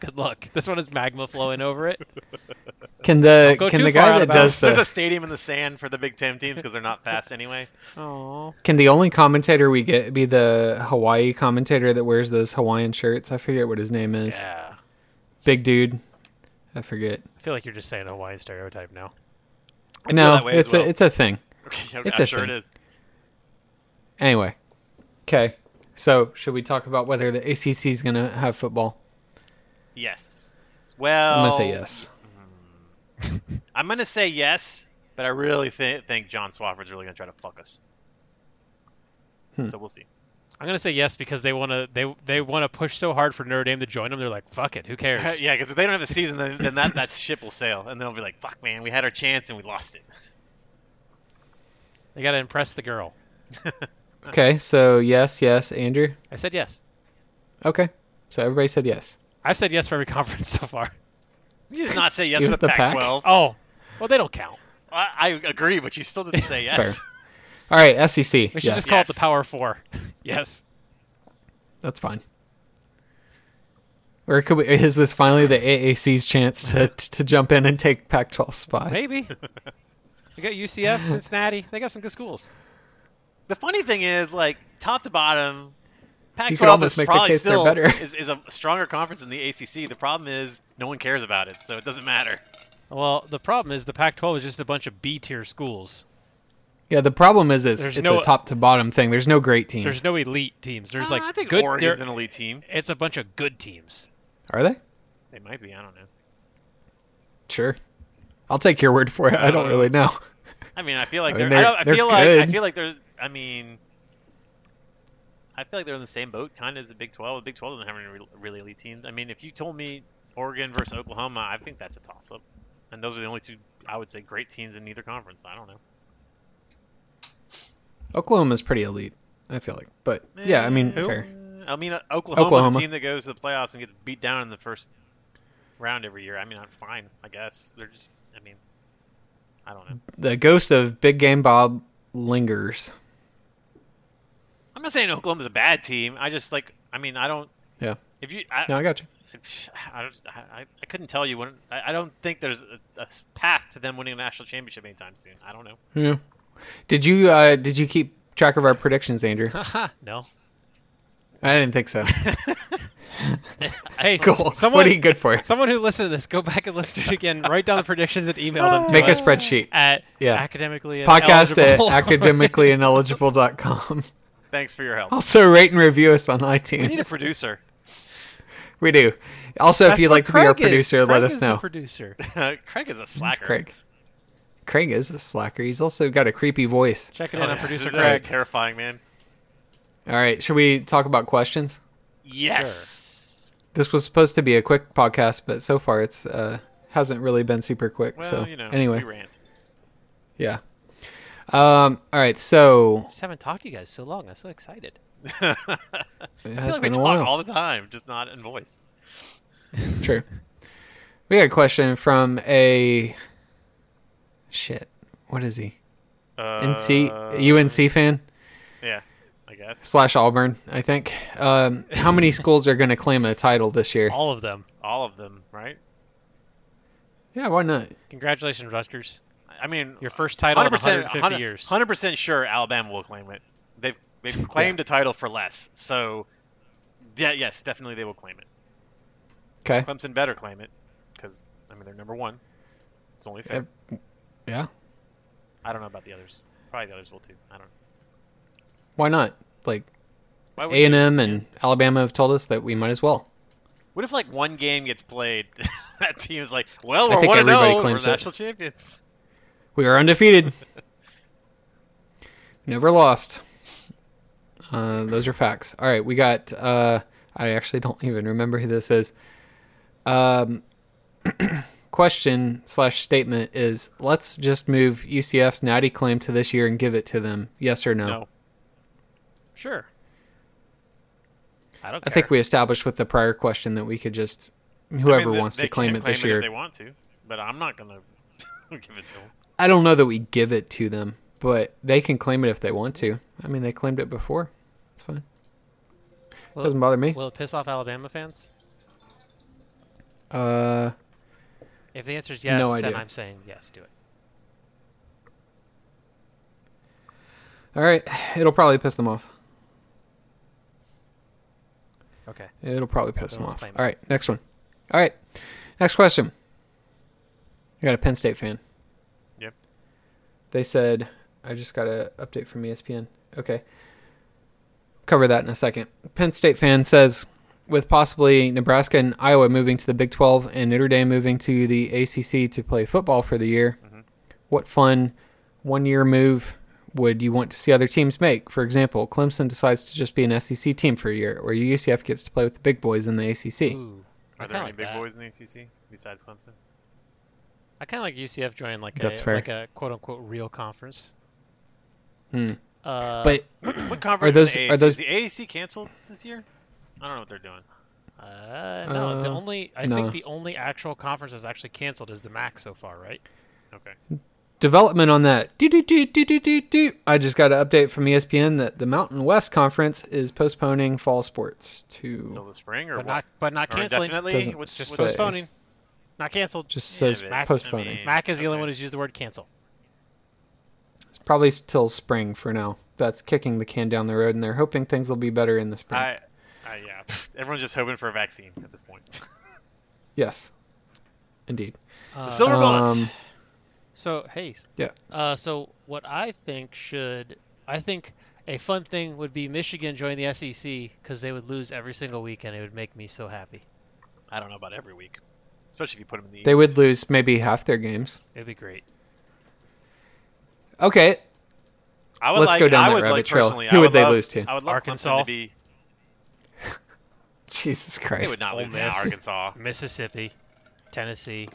Good luck. This one is magma flowing over it.
can the
Don't go
can
too
the
far
guy
out
that
of
does
There's a
the
stadium in the sand for the Big Ten teams because they're not fast anyway.
Oh,
can the only commentator we get be the Hawaii commentator that wears those Hawaiian shirts? I forget what his name is.
Yeah.
Big dude. I forget.
I feel like you're just saying a Hawaiian stereotype now.
I feel
no,
that way as
it's
well.
a it's a thing.
Okay,
it's
I'm
a
sure
thing.
it is.
Anyway, okay. So should we talk about whether the ACC is gonna have football?
Yes. Well,
I'm gonna
Oh.
say yes.
I'm gonna say yes, but I really thi- think John Swafford's really gonna try to fuck us.
Hmm.
So we'll see.
I'm gonna say yes because they wanna they they wanna push so hard for Notre Dame to join them. They're like, fuck it, who cares?
yeah, because if they don't have a season, then, then that, that ship will sail, and they'll be like, "Fuck, man, we had our chance and we lost it."
They gotta impress the girl.
Okay, so yes, yes, Andrew.
I said yes.
Okay, so everybody said yes.
I've said yes for every conference so far.
You did not say yes
You
for the,
have the pack?
Pac-12.
Oh, well they don't count.
I, I agree, but you still didn't say yes.
All right, SEC.
We should
Yes,
just call it the
Yes.
Power Four. yes.
that's fine. Or could we, is this finally the AAC's chance to to jump in and take Pac-12 spot?
Maybe. we got UCF, Cincinnati. They got some good schools.
The funny thing is, like top to bottom,
could
Pac-12
almost
is
make the
probably
case they're
still
better.
is, is a stronger conference than the ACC. The problem is no one cares about it, so it doesn't matter.
Well, the problem is the Pac-12 is just a bunch of B-tier schools.
Yeah, the problem is it's,
There's
it's
no-
a top to bottom thing. There's no great teams.
There's no elite teams. There's like
Uh, I think
good.
Oregon's
there-
an elite team.
It's a bunch of good teams.
Are they?
They might be. I don't know.
Sure. I'll take your word for it. I don't really know.
I mean, I feel like
I
they're.
mean,
I,
they're-
don't, I
they're
feel like I
good.
feel like there's. I mean, I feel like they're in the same boat, kind of as the Big Twelve. The Big Twelve doesn't have any re- really elite teams. I mean, if you told me Oregon versus Oklahoma, I think that's a toss-up. And those are the only two I would say great teams in neither conference. I don't know.
Oklahoma's pretty elite, I feel like. But yeah, I mean,
Eh,
fair.
I mean, uh, Oklahoma,
Oklahoma.
the team that goes to the playoffs and gets beat down in the first round every year. I mean, I'm fine. I guess they're just. I mean, I don't know.
The ghost of Big Game Bob lingers.
I'm not saying Oklahoma's a bad team. I just like. I mean, I don't.
Yeah.
If you, I,
No, I got you.
I, don't- I, I- I couldn't tell you when. I, I don't think there's a, a s- path to them winning a national championship anytime soon. I don't know.
Yeah. Did you uh did you keep track of our predictions, Andrew?
Haha, no.
I didn't think so.
Hey,
Cool.
someone,
what are you good for?
someone who listened to this, go back and listen to it again. Write down the predictions and email them. To
Make a
us
spreadsheet.
at
Yeah.
academically
Podcast at
ineligible.
academicallyineligible.com.
Thanks for your help.
Also rate and review us on
We need a
iTunes.
producer.
We do. Also,
That's
if you'd
what
like to be our
Craig is.
producer, let
Craig
us
is the
know.
producer.
Craig is a
That's
slacker.
Craig. Craig is a slacker. He's also got a creepy voice.
Check it
Oh,
in on
yeah.
producer
That was
Craig.
terrifying, man.
All right, should we talk about questions?
Yes.
This was supposed to be a quick podcast, but so far it's uh hasn't really been super quick.
Well,
so
you know.
anyway,
we rant.
yeah. Um. All right. So
I just haven't talked to you guys so long. I'm so excited.
I
it
feel
has
like we
been a
talk
while.
all the time, just not in voice.
True. We got a question from a shit. What is he?
Uh,
NC UNC fan
Yeah, I guess
slash Auburn, I think. Um, how many schools are going to claim a title this year?
All of them.
all of them, right?
Yeah, why not?
Congratulations, Rutgers.
I mean,
Your first title in 150
100
years.
100% sure Alabama will claim it. They've they've claimed a title for less. So yeah, yes, definitely they will claim it.
Okay.
Clemson better claim it cuz I mean they're number 1. It's only fair.
Uh, Yeah.
I don't know about the others. Probably the others will too. I don't know.
Why not? Like
Why would
A
you-
and M and Alabama have told us that we might as well.
What if like one game gets played? that team is like, "Well,
I
we're
think
1
everybody
0, we're
claims it.
national champions."
We are undefeated. Never lost. Uh, those are facts. All right, we got. Uh, I actually don't even remember who this is. Um, question slash statement is: Let's just move UCF's natty claim to this year and give it to them. Yes or no?
No.
Sure.
I don't
I
care.
think we established with the prior question that we could just
I mean,
whoever
they-
wants
they
to claim
can
it this
claim
year.
if they want to, but I'm not going to give it to them.
I don't know that we give it to them, but they can claim it if they want to. I mean, they claimed it before. It's fine.
Well-
Doesn't bother me.
Will it piss off Alabama fans?
Uh,
If the answer is yes,
No
then
idea.
I'm saying yes, do it.
all right. It'll probably piss them off.
Okay.
It'll probably piss
Then
them
let's
off.
claim it.
All right. Next one. All right. Next question. You got a Penn State fan.
Yep.
They said, I just got an update from E ESPN. Okay. Cover that in a second. Penn State fan says, with possibly Nebraska and Iowa moving to the Big 12 and Notre Dame moving to the ACC to play football for the year,
Mm-hmm.
what fun one year move would you want to see other teams make? For example, Clemson decides to just be an SEC team for a year, or UCF gets to play with the big boys in the ACC.
Ooh.
Are there
I kinda
any
like
big
that.
boys in the ACC besides Clemson?
I kind of like UCF joining like
That's
a
fair.
like a quote unquote real conference.
Hmm.
Uh,
But
What conference
those-
is the
are
AAC? Is
those-
the AAC canceled this year? I don't know what they're doing.
uh, no, the
Uh,
only I
no.
think the only actual conference that's actually canceled is the MAC so far, right?
Okay.
Development on that. Do, do, do, do, do, do, do. I just got an update from E ESPN that the Mountain West Conference is postponing fall sports
Till
to
the spring or
but
what?
not but not
or
canceling.
indefinitely?
Doesn't
What's,
say.
what's
But-
Postponing, not canceled.
just
Yeah,
says
but
Mac-
postponing.
I mean-
Mac is the only
okay.
one who's used the word cancel.
It's probably till spring for now. That's kicking the can down the road, and they're hoping things will be better in the spring.
I, I yeah. Everyone's just hoping for a vaccine at this point.
Yes, indeed.
Uh,
Silver bullets.
um,
So hey,
Yeah.
Uh, so what I think should I think a fun thing would be Michigan join the SEC because they would lose every single week and it would make me so happy.
I don't know about every week, especially if you put them in the.
They
East.
would lose maybe half their games.
It'd be great.
Okay,
I would
Let's
like,
go down
I
that
would
rabbit
like
trail.
personally,
Who
I
would they
love-
lose to?
I would love Arkansas
Arkansas?
to be.
Jesus
They
Christ.
would not
Ole
lose to
Miss.
Arkansas.
Mississippi, Tennessee.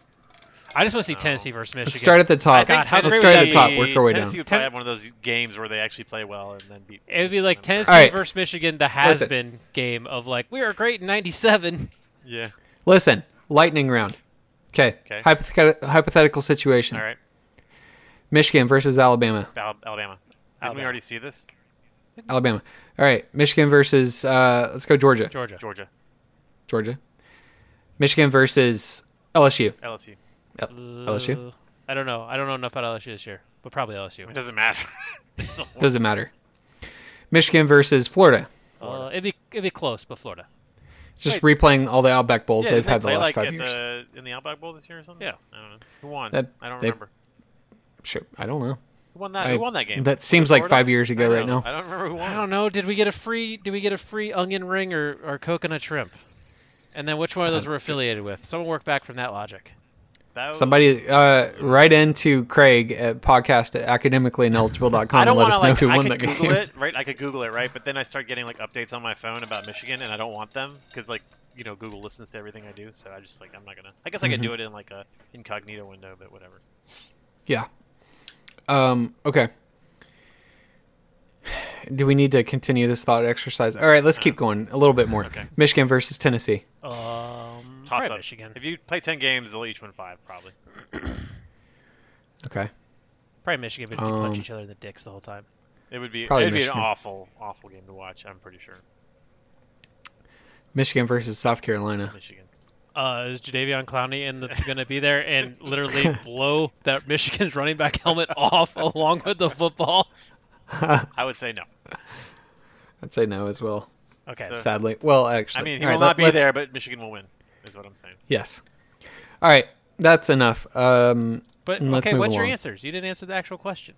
I just want to see
No.
Tennessee versus Michigan.
Let's start at the
I
top.
think
how
Let's
Tennessee-
start at the top. Work our way down.
Tennessee would probably
Ten-
have one of those games where they actually play well and then beat.
it would be like Tennessee
All right.
versus Michigan, the has
Listen.
been game of like we were great in '97.
Yeah.
Listen, lightning round. Okay.
Okay.
Hypothet- hypothetical situation.
All right.
Michigan versus Alabama.
Al- Alabama. Didn't we
Alabama.
already see this?
Alabama. All right. Michigan versus uh, let's go Georgia.
Georgia,
Georgia,
Georgia. Michigan versus LSU.
LSU.
LSU?
Uh, I don't know. I don't know enough about LSU this year, but probably LSU.
It doesn't matter.
Doesn't matter. Michigan versus Florida.
Uh, it'd be it'd be close, but Florida.
It's just replaying all the Outback Bowls
Yeah,
they've
didn't they
had the
play,
last
like,
five
at
years.
The, in the Outback Bowl this year or something.
Yeah.
I don't know. Who won?
That-
I don't
they-
remember.
Sure. I don't know.
Who won that?
I-
who won that game?
That seems like
Florida?
five years ago
I
right
know.
now.
I don't remember who won.
I don't know. Did we get a free? Did we get a free onion ring or, or coconut shrimp? And then which one of those
Um,
were affiliated with? Someone work back from that logic.
That was-
Somebody uh, write into Craig at podcast at academicallyineligible.com
I
and
don't
let
want
us
to
know
like.
who
I
won
could
that
Google
game.
it, right? I could Google it, right? But then I start getting like updates on my phone about Michigan, and I don't want them because like you know Google listens to everything I do, so I just like I'm not gonna. I guess I could
Mm-hmm.
do it in like a incognito window, but whatever.
Yeah. Um, okay. Do we need to continue this thought exercise? All right, let's keep going a little bit more.
Okay.
Michigan versus Tennessee.
Um,
Toss
probably
up.
Michigan.
If you play ten games, they'll each win five, probably.
Okay.
Probably Michigan, but if you punch
Um,
each other in the dicks the whole time.
It would be.
Probably
it'd be
Michigan.
an awful, awful game to watch. I'm pretty sure
Michigan versus South Carolina.
Michigan.
Uh, is Jadavion Clowney and the, gonna be there and literally blow that Michigan's running back helmet off along with the football?
I would say no.
I'd say no as well,
Okay.
So-
sadly. Well, actually.
I mean, he
All right,
will
let-
not be
let's-
there, but Michigan will win. Is what I'm saying.
Yes. All right, that's enough. Um,
but
let's
okay,
move
what's your
along.
answers? You didn't answer the actual question.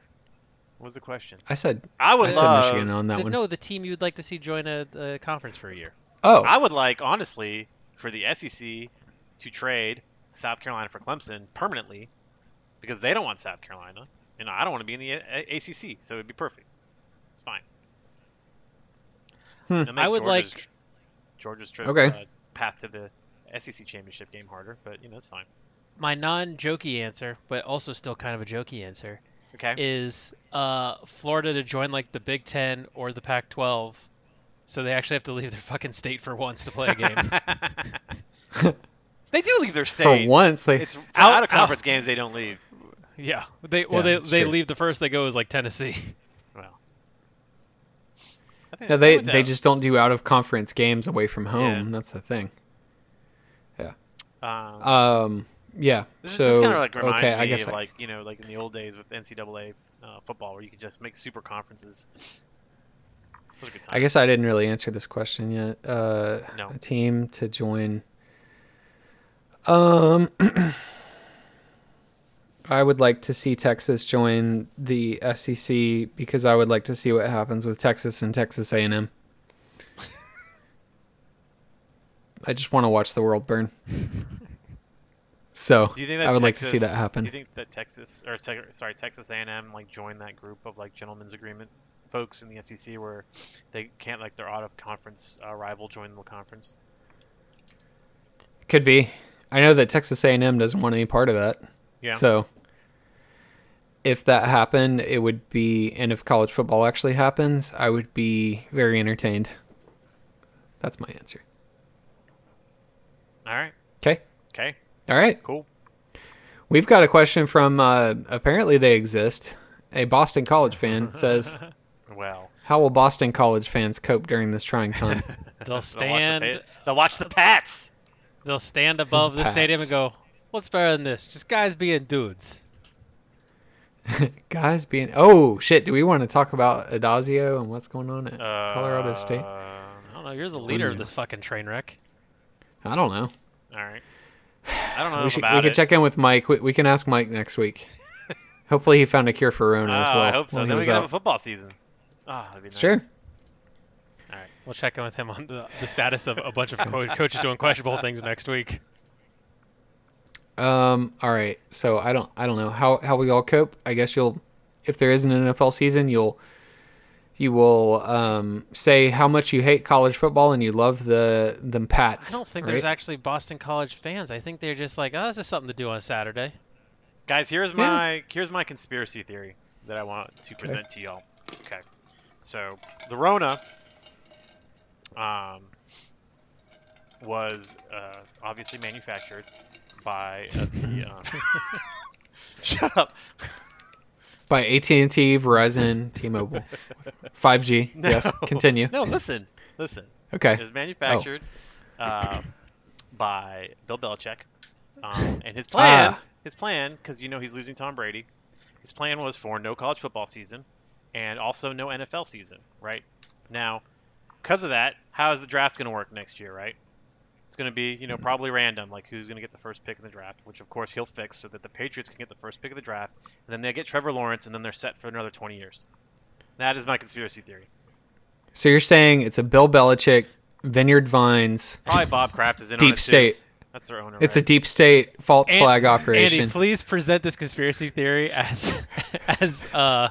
What was the question?
I said
I would
I said
love.
Michigan on that
the,
one.
No, the team you'd like to see join a, a conference for a year.
oh,
I would like, honestly, for the SEC to trade South Carolina for Clemson permanently because they don't want South Carolina, and I don't want to be in the A- A- ACC, so it'd be perfect. It's fine.
Hmm.
It'll make
I would
Georgia's,
like-
Georgia's trip,
Okay.
uh, path to the SEC championship game harder, but you know it's fine.
My non-jokey answer, but also still kind of a jokey answer,
Okay.
is uh, Florida to join like the Big Ten or the Pac-12, so they actually have to leave their fucking state for once to play a game.
they do leave their
for
state.
once, they
it's for
Out-
out, of conference games they don't leave.
yeah, they well
Yeah,
they
that's
they
true.
leave the first they go is like Tennessee.
Well, I think
no,
I
they
would,
they
uh,
just don't do out of conference games away from home.
Yeah.
That's the thing. Yeah.
um,
Um. Yeah.
This,
so
this kind of like reminds
okay,
me
I guess
of
I-
like you know like in the old days with NCAA uh, football where you could just make super conferences. Those are good times.
I guess I didn't really answer this question yet. Uh,
No.
A team to join. Um, I would like to see Texas join the SEC because I would like to see what happens with Texas and Texas A&M. I just want to watch the world burn. So
Do you think that
I would
Texas,
like to see that happen.
Do you think that Texas or te- sorry Texas A&M like join that group of like gentlemen's agreement folks in the SEC where they can't like their out of conference uh, rival join the conference?
Could be. I know that Texas A&M doesn't want any part of that.
Yeah.
So if that happened, it would be, and if college football actually happens, I would be very entertained. That's my answer.
All right.
Okay.
Okay.
All right.
Cool.
We've got a question from uh, apparently they exist. A Boston College fan says,
Well,
"How will Boston College fans cope during this trying time?"
They'll
They'll watch
stand.
the, pa- they'll watch the Pats.
They'll stand above the stadium
Pats.
and go, "What's better than this? Just guys being dudes."
Guys, being oh shit, do we want to talk about Adazio and what's going on at
Uh,
Colorado State?
I don't know. You're the leader
yeah.
of this fucking train wreck.
I don't know.
All right. I don't know
We should
about
we could
it.
check in with Mike. We, we can ask Mike next week. Hopefully, he found a cure for Rona
Oh,
as well.
I hope so.
while he
Then we
was
can
out.
have a football season. Ah, that'd be nice.
uh, Sure.
All right, we'll check in with him on the, the status of a bunch of co- coaches doing questionable things next week.
Um. All right. So I don't. I don't know how how we all cope. I guess you'll, if there isn't an NFL season, you'll, you will um say how much you hate college football and you love the them Pats.
I don't think there's
right?
actually Boston College fans. I think they're just like, "Oh, this is something to do on Saturday."
Guys, here's my here's my conspiracy theory that I want to present to y'all. Okay. So the Rona um, was uh, obviously manufactured by uh, the. Um, shut up.
by AT and T, Verizon, T-Mobile, five G.
No.
Yes. Continue.
No, listen, listen.
Okay. Oh.
It was manufactured uh, by Bill Belichick, um, and his plan,
Ah.
his plan, because you know he's losing Tom Brady. His plan was for no college football season, and also no NFL season. Right now, because of that, how is the draft going to work next year? Right, it's going to be you know
Mm-hmm.
probably random, like who's going to get the first pick in the draft, which of course he'll fix so that the Patriots can get the first pick of the draft, and then they get Trevor Lawrence, and then they're set for another 20 years. That is my conspiracy theory.
So you're saying it's a Bill Belichick, Vineyard Vines,
Probably Bob Kraft is in on it,
deep
too.
state.
That's their owner.
It's a
right?
deep state false
An-
flag operation.
Andy, please present this conspiracy theory as as uh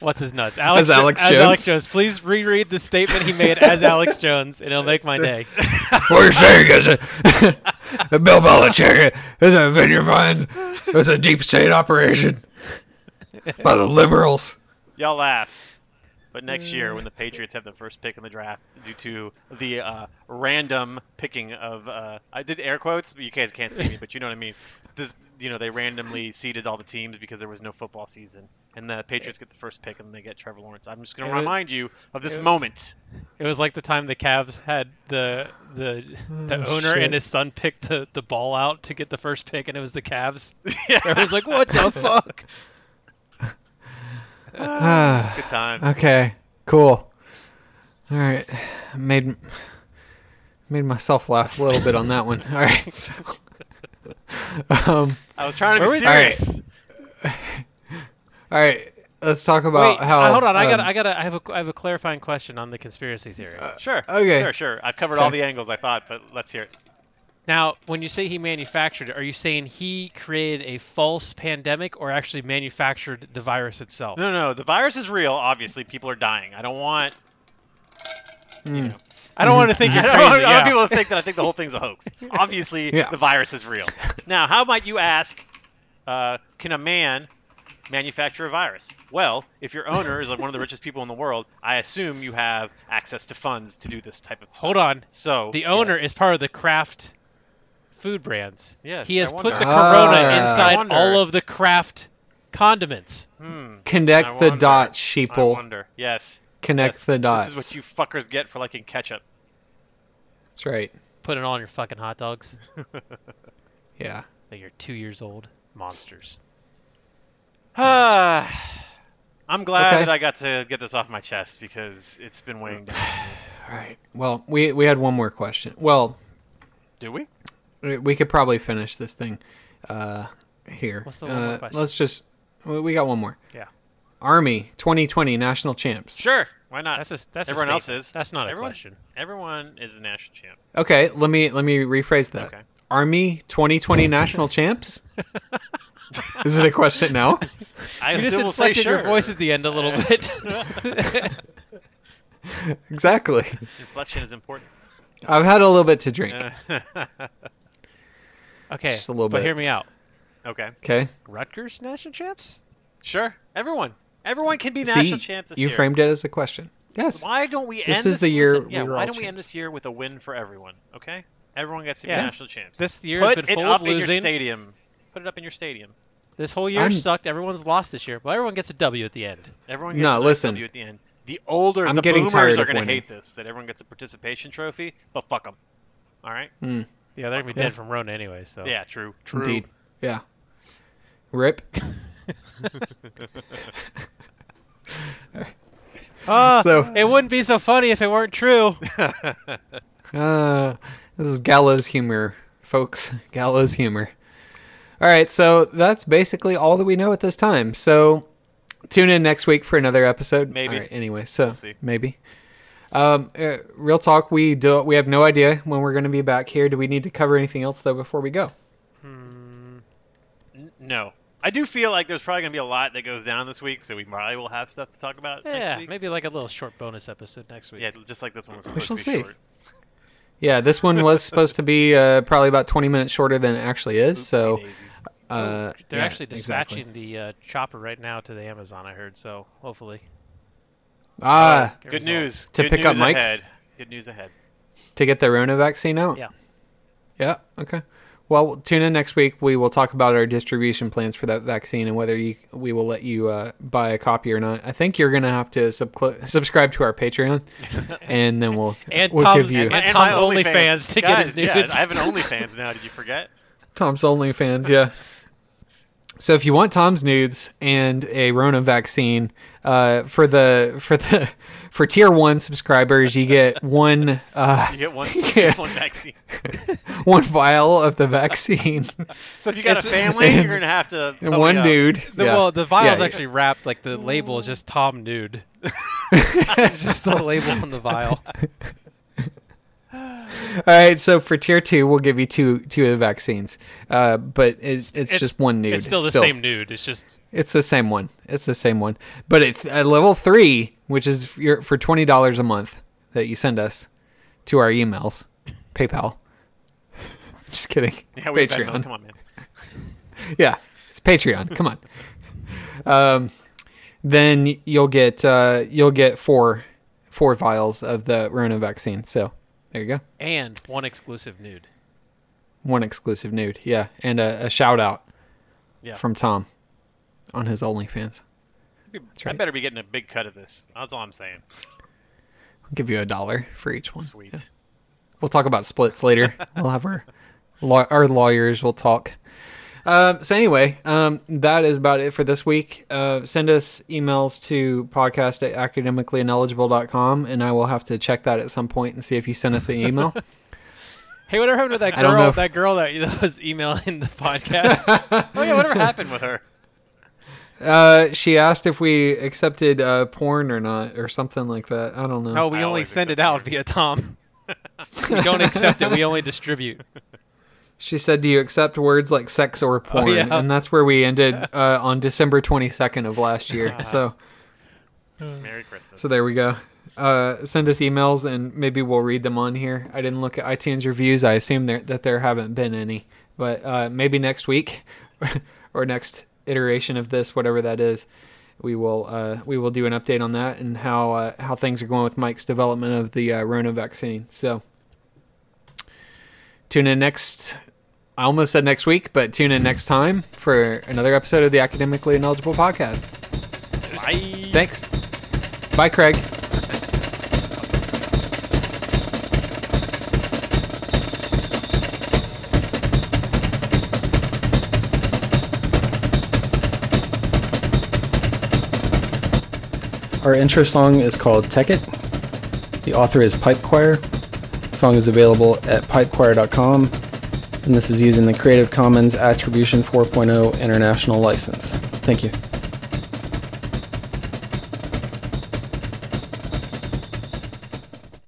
what's his nuts? Alex
As
Jo-
Alex
as
Jones?
Alex Jones. Please reread the statement he made as Alex Jones and it'll make my day.
what you're saying is that Bill Belichick is a Vineyard Vines is a deep state operation by the liberals.
Y'all laugh. But next year,
Mm.
when the Patriots have the first pick in the draft due to the uh, random picking of, uh, I did air quotes, but you guys can't see me, but you know what I mean. This, you know, they randomly seeded all the teams because there was no football season, and the Patriots get the first pick, and they get Trevor Lawrence. I'm just going
It
to
was-
remind you of this
it-
moment.
It was like the time the Cavs had the the the
Oh,
owner
shit.
and his son picked the, the ball out to get the first pick and it was the Cavs.
yeah,
Everyone's like, What the fuck?
Ah,
good time.
okay, cool. All right, made made myself laugh a little bit on that one. All right, so um,
I was trying to
Where
be
was-
serious.
all right, let's talk about
Wait, uh,
how.
uh,
hold on, I
um,
got I got I have a I have a clarifying question on the conspiracy theory.
Uh,
Sure.
Okay.
Sure, sure. I've covered all
Okay.
the angles I thought, but let's hear it.
Now, when you say he manufactured it, are you saying he created a false pandemic or actually manufactured the virus itself?
No, no, the virus is real. Obviously, people are dying. I don't want
mm.
I don't want to think
I
you're
don't,
crazy.
want, I
yeah.
want people to think that I think the whole thing's a hoax. Obviously,
Yeah.
the virus is real. Now, how might you ask, uh, can a man manufacture a virus? Well, if your owner is like one of the richest people in the world, I assume you have access to funds to do this type of stuff.
Hold on.
So
The
Oh,
owner is part of the Kraft food brands.
Yes,
he
I
has put
wonder.
the corona
Ah.
I
inside
wonder.
all of the Kraft condiments.
Hmm, I
connect the
wonder.
dots,
I
sheeple.
wonder. Yes.
Connect
yes.
the dots.
This is what you fuckers get for liking ketchup.
That's right.
Put it on your fucking hot dogs.
Yeah.
Like you're two years old monsters.
I'm glad
Okay.
that I got to get this off my chest because it's been weighing down.
All right. Well, we we had one more question. Well,
Do we?
we we could probably finish this thing uh, here.
What's the one more
Uh,
question?
Let's just. we- We got one more.
Yeah.
Army 2020 national champs.
Sure. Why not?
That's a, that's a
Everyone else
statement.
is.
That's not a
Everyone-
question.
Everyone is a national champ.
Okay, let me let me rephrase that.
Okay.
Army 2020 national champs. Is it a question now?
I
You
still
just
will say
inflected
sure.
your voice at the end a little bit.
Exactly.
Inflection is important.
I've had a little bit to drink.
Uh,
okay,
Just a little
but
bit.
hear me out.
okay.
Okay.
Rutgers national champs?
Sure. Everyone. Everyone can be
See,
national champs this
you
year.
framed it as a question. Yes.
Why don't we end
This is the year
listen, yeah,
we were
why
all
don't we end
champs.
this year with a win for everyone? Okay? Everyone gets to be
Yeah.
national champs.
This year
Put
has been
it
full
up
of
in your
losing.
stadium. Put put it up in your stadium.
This whole year
I'm-
sucked. Everyone's lost this year, but everyone gets a W at the end.
Everyone gets
No,
a nice
listen.
W at the end. The older
I'm
the
getting
boomers
tired
are
of
going to
winning.
hate this that everyone gets a participation trophy, but fuck them. All right.
Yeah, they're gonna be
Yeah.
dead from Rona anyway. So
Yeah, true. True.
Indeed. Yeah. Rip.
Ah,
So-
it wouldn't be so funny if it weren't true.
Uh, this is gallows humor, folks. Gallows humor. All right, so that's basically all that we know at this time. So tune in next week for another episode.
Maybe.
All right, anyway, so
see.
maybe. Um, uh, real talk. We do. We have no idea when we're going to be back here. Do we need to cover anything else though before we go?
N- No. I do feel like there's probably going to be a lot that goes down this week, so we probably will have stuff to talk about
yeah,
next week.
maybe like a little short bonus episode next week.
Yeah, just like this one was supposed
shall
to be
see.
short.
Yeah, this one was supposed to be uh, probably about twenty minutes shorter than it actually is. So
Daisies.
uh,
They're
yeah,
actually
exactly.
dispatching the uh, chopper right now to the Amazon. I heard. So hopefully.
Ah,
Get
Good
resolved.
news.
To
Good
pick up
news
Mike?
Ahead. Good news ahead.
to get the Rona vaccine out.
Yeah.
Yeah. Okay. Well, tune in next week. We will talk about our distribution plans for that vaccine and whether you, we will let you uh, buy a copy or not. I think you're gonna have to subcl- subscribe to our Patreon, and then we'll
And
we'll
Tom's-
give you
and my- Tom's OnlyFans to get
Guys,
his
yeah,
nudes.
I have an OnlyFans now. Did you forget?
Tom's OnlyFans. Yeah. So if you want Tom's nudes and a Rona vaccine, uh, for the for the for tier one subscribers, you get one uh,
You get one,
Yeah.
one vaccine.
one vial of the vaccine
So if you got a family, you're going to have to.
and
pony
one
up.
nude.
Oh, The,
Yeah.
Well, the vial's
Yeah,
actually wrapped. Like the label is just Tom nude.
It's just the label on the vial.
All right, so for tier two, we'll give you two two of the vaccines, uh, but it's, it's,
It's-
just one nude.
It's still the same nude. It's just
It's the same one. It's the same one. But it's at level three, which is f- your, for twenty dollars a month that you send us to our emails, PayPal. just kidding.
Yeah, we Patreon.
Patreon.
Come on, man.
Yeah, it's Patreon. Come on. Um, then you'll get uh, you'll get four four vials of the Rona vaccine. So there you go.
and one exclusive nude.
one exclusive nude. Yeah, and a, a shout out
Yeah.
from Tom on his OnlyFans.
I
right.
better be getting a big cut of this. That's all I'm saying.
I'll give you a dollar for each one.
Sweet.
We'll talk about splits later. we'll have our law- our lawyers. will talk. Um, so anyway, um, that is about it for this week. Uh, send us emails to podcast at academicallyneligible.com and I will have to check that at some point and see if you sent us an email.
Hey, whatever happened to that
I don't
girl?
know if-
That girl that, that was emailing the podcast.
Oh yeah, whatever happened with her?
uh, she asked if we accepted uh, porn or not or something like that. I don't know.
no, we
I
only
always
send it
accept
out via Tom. we don't accept it. We only distribute.
She said, "Do you accept words like sex or porn?"
yeah.
And that's where we ended uh, on December twenty second of last year. so,
Merry Christmas.
so there we go. Uh, send us emails, and maybe we'll read them on here. I didn't look at iTunes reviews. I assume there, that there haven't been any, but uh, maybe next week or next iteration of this, whatever that is, we will uh, we will do an update on that and how uh, how things are going with Mike's development of the uh, Rona vaccine. So, tune in next I almost said next week, but tune in next time for another episode of the Academically Ineligible Podcast.
Bye.
Thanks. Bye, Craig. Our intro song is called Tech It. The author is Pipe Choir. The song is available at pipechoir.com, and this is using the Creative Commons Attribution 4.0 International oh License. Thank you.